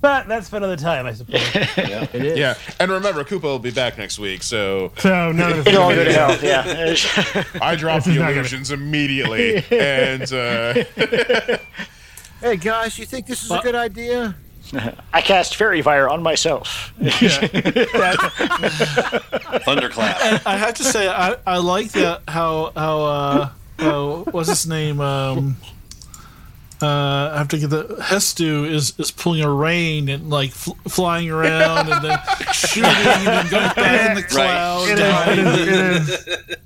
G: But that's for another time, I suppose.
F: It is.
D: Yeah, and remember, Koopa will be back next week, so
G: so none of this.
C: It'll all go to hell. Yeah.
D: I dropped
G: This is
D: the
G: not gonna-
D: illusions immediately, and uh,
F: Hey guys, you think this is a good idea?
C: I cast fairy fire on myself.
E: Thunderclap.
B: I have to say, I, I like that how how uh, how what's his name? Um, uh, I have to get the Hestu is is pulling a rein and like fl- flying around and then shooting and then going back in the cloud.
G: It is, it is, it is.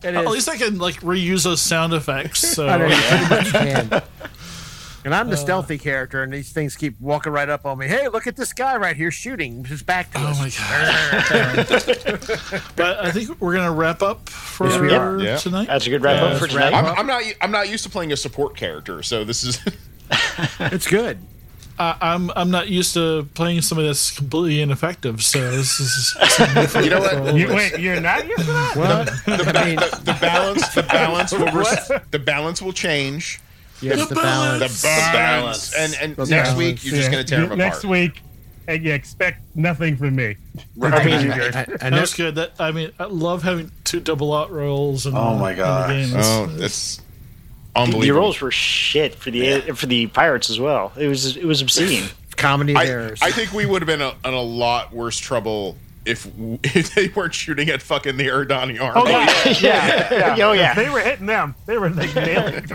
F: It
B: At
F: is.
B: least I can like reuse those sound effects. So
F: I mean, you pretty much can. And I'm the stealthy character, and these things keep walking right up on me. Hey, look at this guy right here shooting. His back to
B: Oh
F: us.
B: my god! but I think we're gonna wrap up for
F: Yes, we
C: are.
D: Yeah.
B: tonight.
C: That's a good wrap up for tonight.
D: I'm, I'm not I'm not used to playing a support character, so this is
F: It's good.
B: I, I'm I'm not used to playing somebody that's completely ineffective. So this is
D: you know what
G: You, wait, you're not used to that?
F: What?
D: the, ba- the, the balance the balance will res- the balance will change
F: Yes, the
D: the
F: balance.
D: balance and
E: balance.
D: and
F: The
D: next
F: balance,
D: week you're just gonna
G: Yeah.
D: tear them apart.
G: Next week, and you expect nothing from me.
E: Right.
G: You guys.
F: I, I
B: That
F: know-
B: was good. That I mean, I love having two double out rolls. And,
E: Oh my gosh.
B: In the game.
D: Oh, that's
C: The,
D: unbelievable.
C: the rolls were shit for the for the pirates as well. It was it was obscene.
F: comedy of
D: I,
F: errors.
D: I think we would have been a, in a lot worse trouble if, w- if they weren't shooting at fucking the Erdani army.
C: Oh,
G: Oh,
C: yeah. Oh yeah.
G: They were hitting them. They were like nailing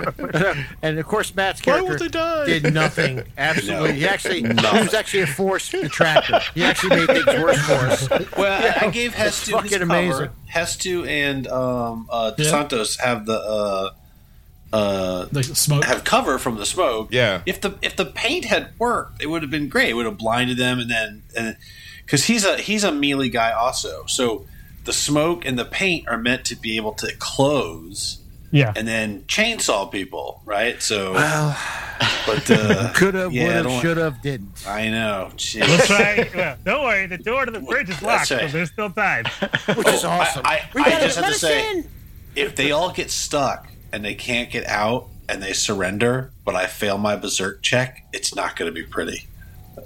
F: and of course, Matt's
B: Why
F: character
B: would they die?
F: did nothing. Absolutely, he actually he was actually a force detractor. He actually made things worse for us.
E: Well, I, I gave Hestu
F: fucking
E: his cover.
F: amazing.
E: Hestu and um, uh,
B: Yeah.
E: Santos have the uh, uh,
B: Like smoke.
E: have cover from the smoke.
D: Yeah.
E: If the if the paint had worked, it would have been great. It would have blinded them, and then and because he's a he's a melee guy also. So the smoke and the paint are meant to be able to close
G: Yeah.
E: and then chainsaw people, right? So, but uh,
F: Could have,
E: Yeah, I
F: would
E: don't-
F: have, should have, didn't.
E: I know. Jeez.
G: We'll try. Well, don't worry, the door to the bridge is
E: That's
G: locked, so
E: right.
G: there's still time.
F: Which is awesome.
E: I, I, I just have
F: let
E: to
F: us
E: say,
F: in.
E: if they all get stuck and they can't get out and they surrender, but I fail my berserk check, it's not going to be pretty.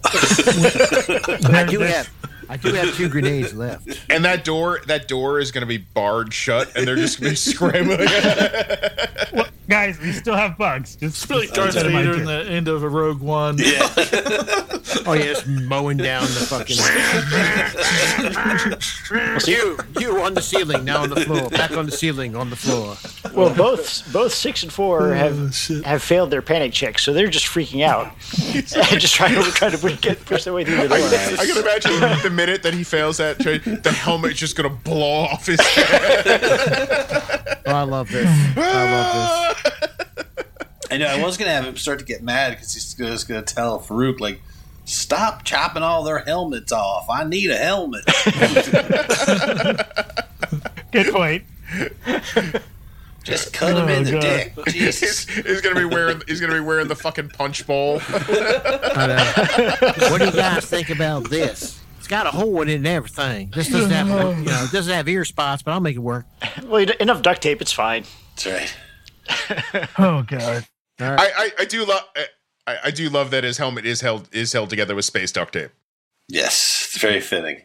F: I do have. I do have two grenades left.
D: And that door that door is gonna be barred shut and they're just gonna be scrambling.
G: Guys, we still have bugs. Just
B: It's like Darth
G: That's my
B: Vader
G: turn.
B: in the end of a Rogue One.
F: Oh yeah, it's mowing down the fucking. you, you on the ceiling, now on the floor, back on the ceiling, on the floor.
C: Well, both both six and four have
B: shit.
C: have failed their panic checks, so they're just freaking out, just trying to trying to get, push their way through the door.
D: I can imagine the minute that he fails that trade, the helmet's just gonna blow off his head.
F: Oh, I love this. I love this.
E: I know. I was going to have him start to get mad because he's just going to tell Farouk, like, stop chopping all their helmets off. I need a helmet.
G: Good point.
E: Just cut him in the
G: God.
E: dick. Jesus.
D: He's gonna be wearing he's gonna be wearing the fucking punch bowl.
F: I know. what do you guys think about this? It's got a hole in it and everything. This doesn't have, you know, it doesn't have ear spots, but I'll make it work.
C: Well, enough duct tape. It's fine.
E: That's right.
G: Oh, God.
D: I, I, I do love I, I do love that his helmet is held is held together with space duct tape.
E: Yes. It's very fitting.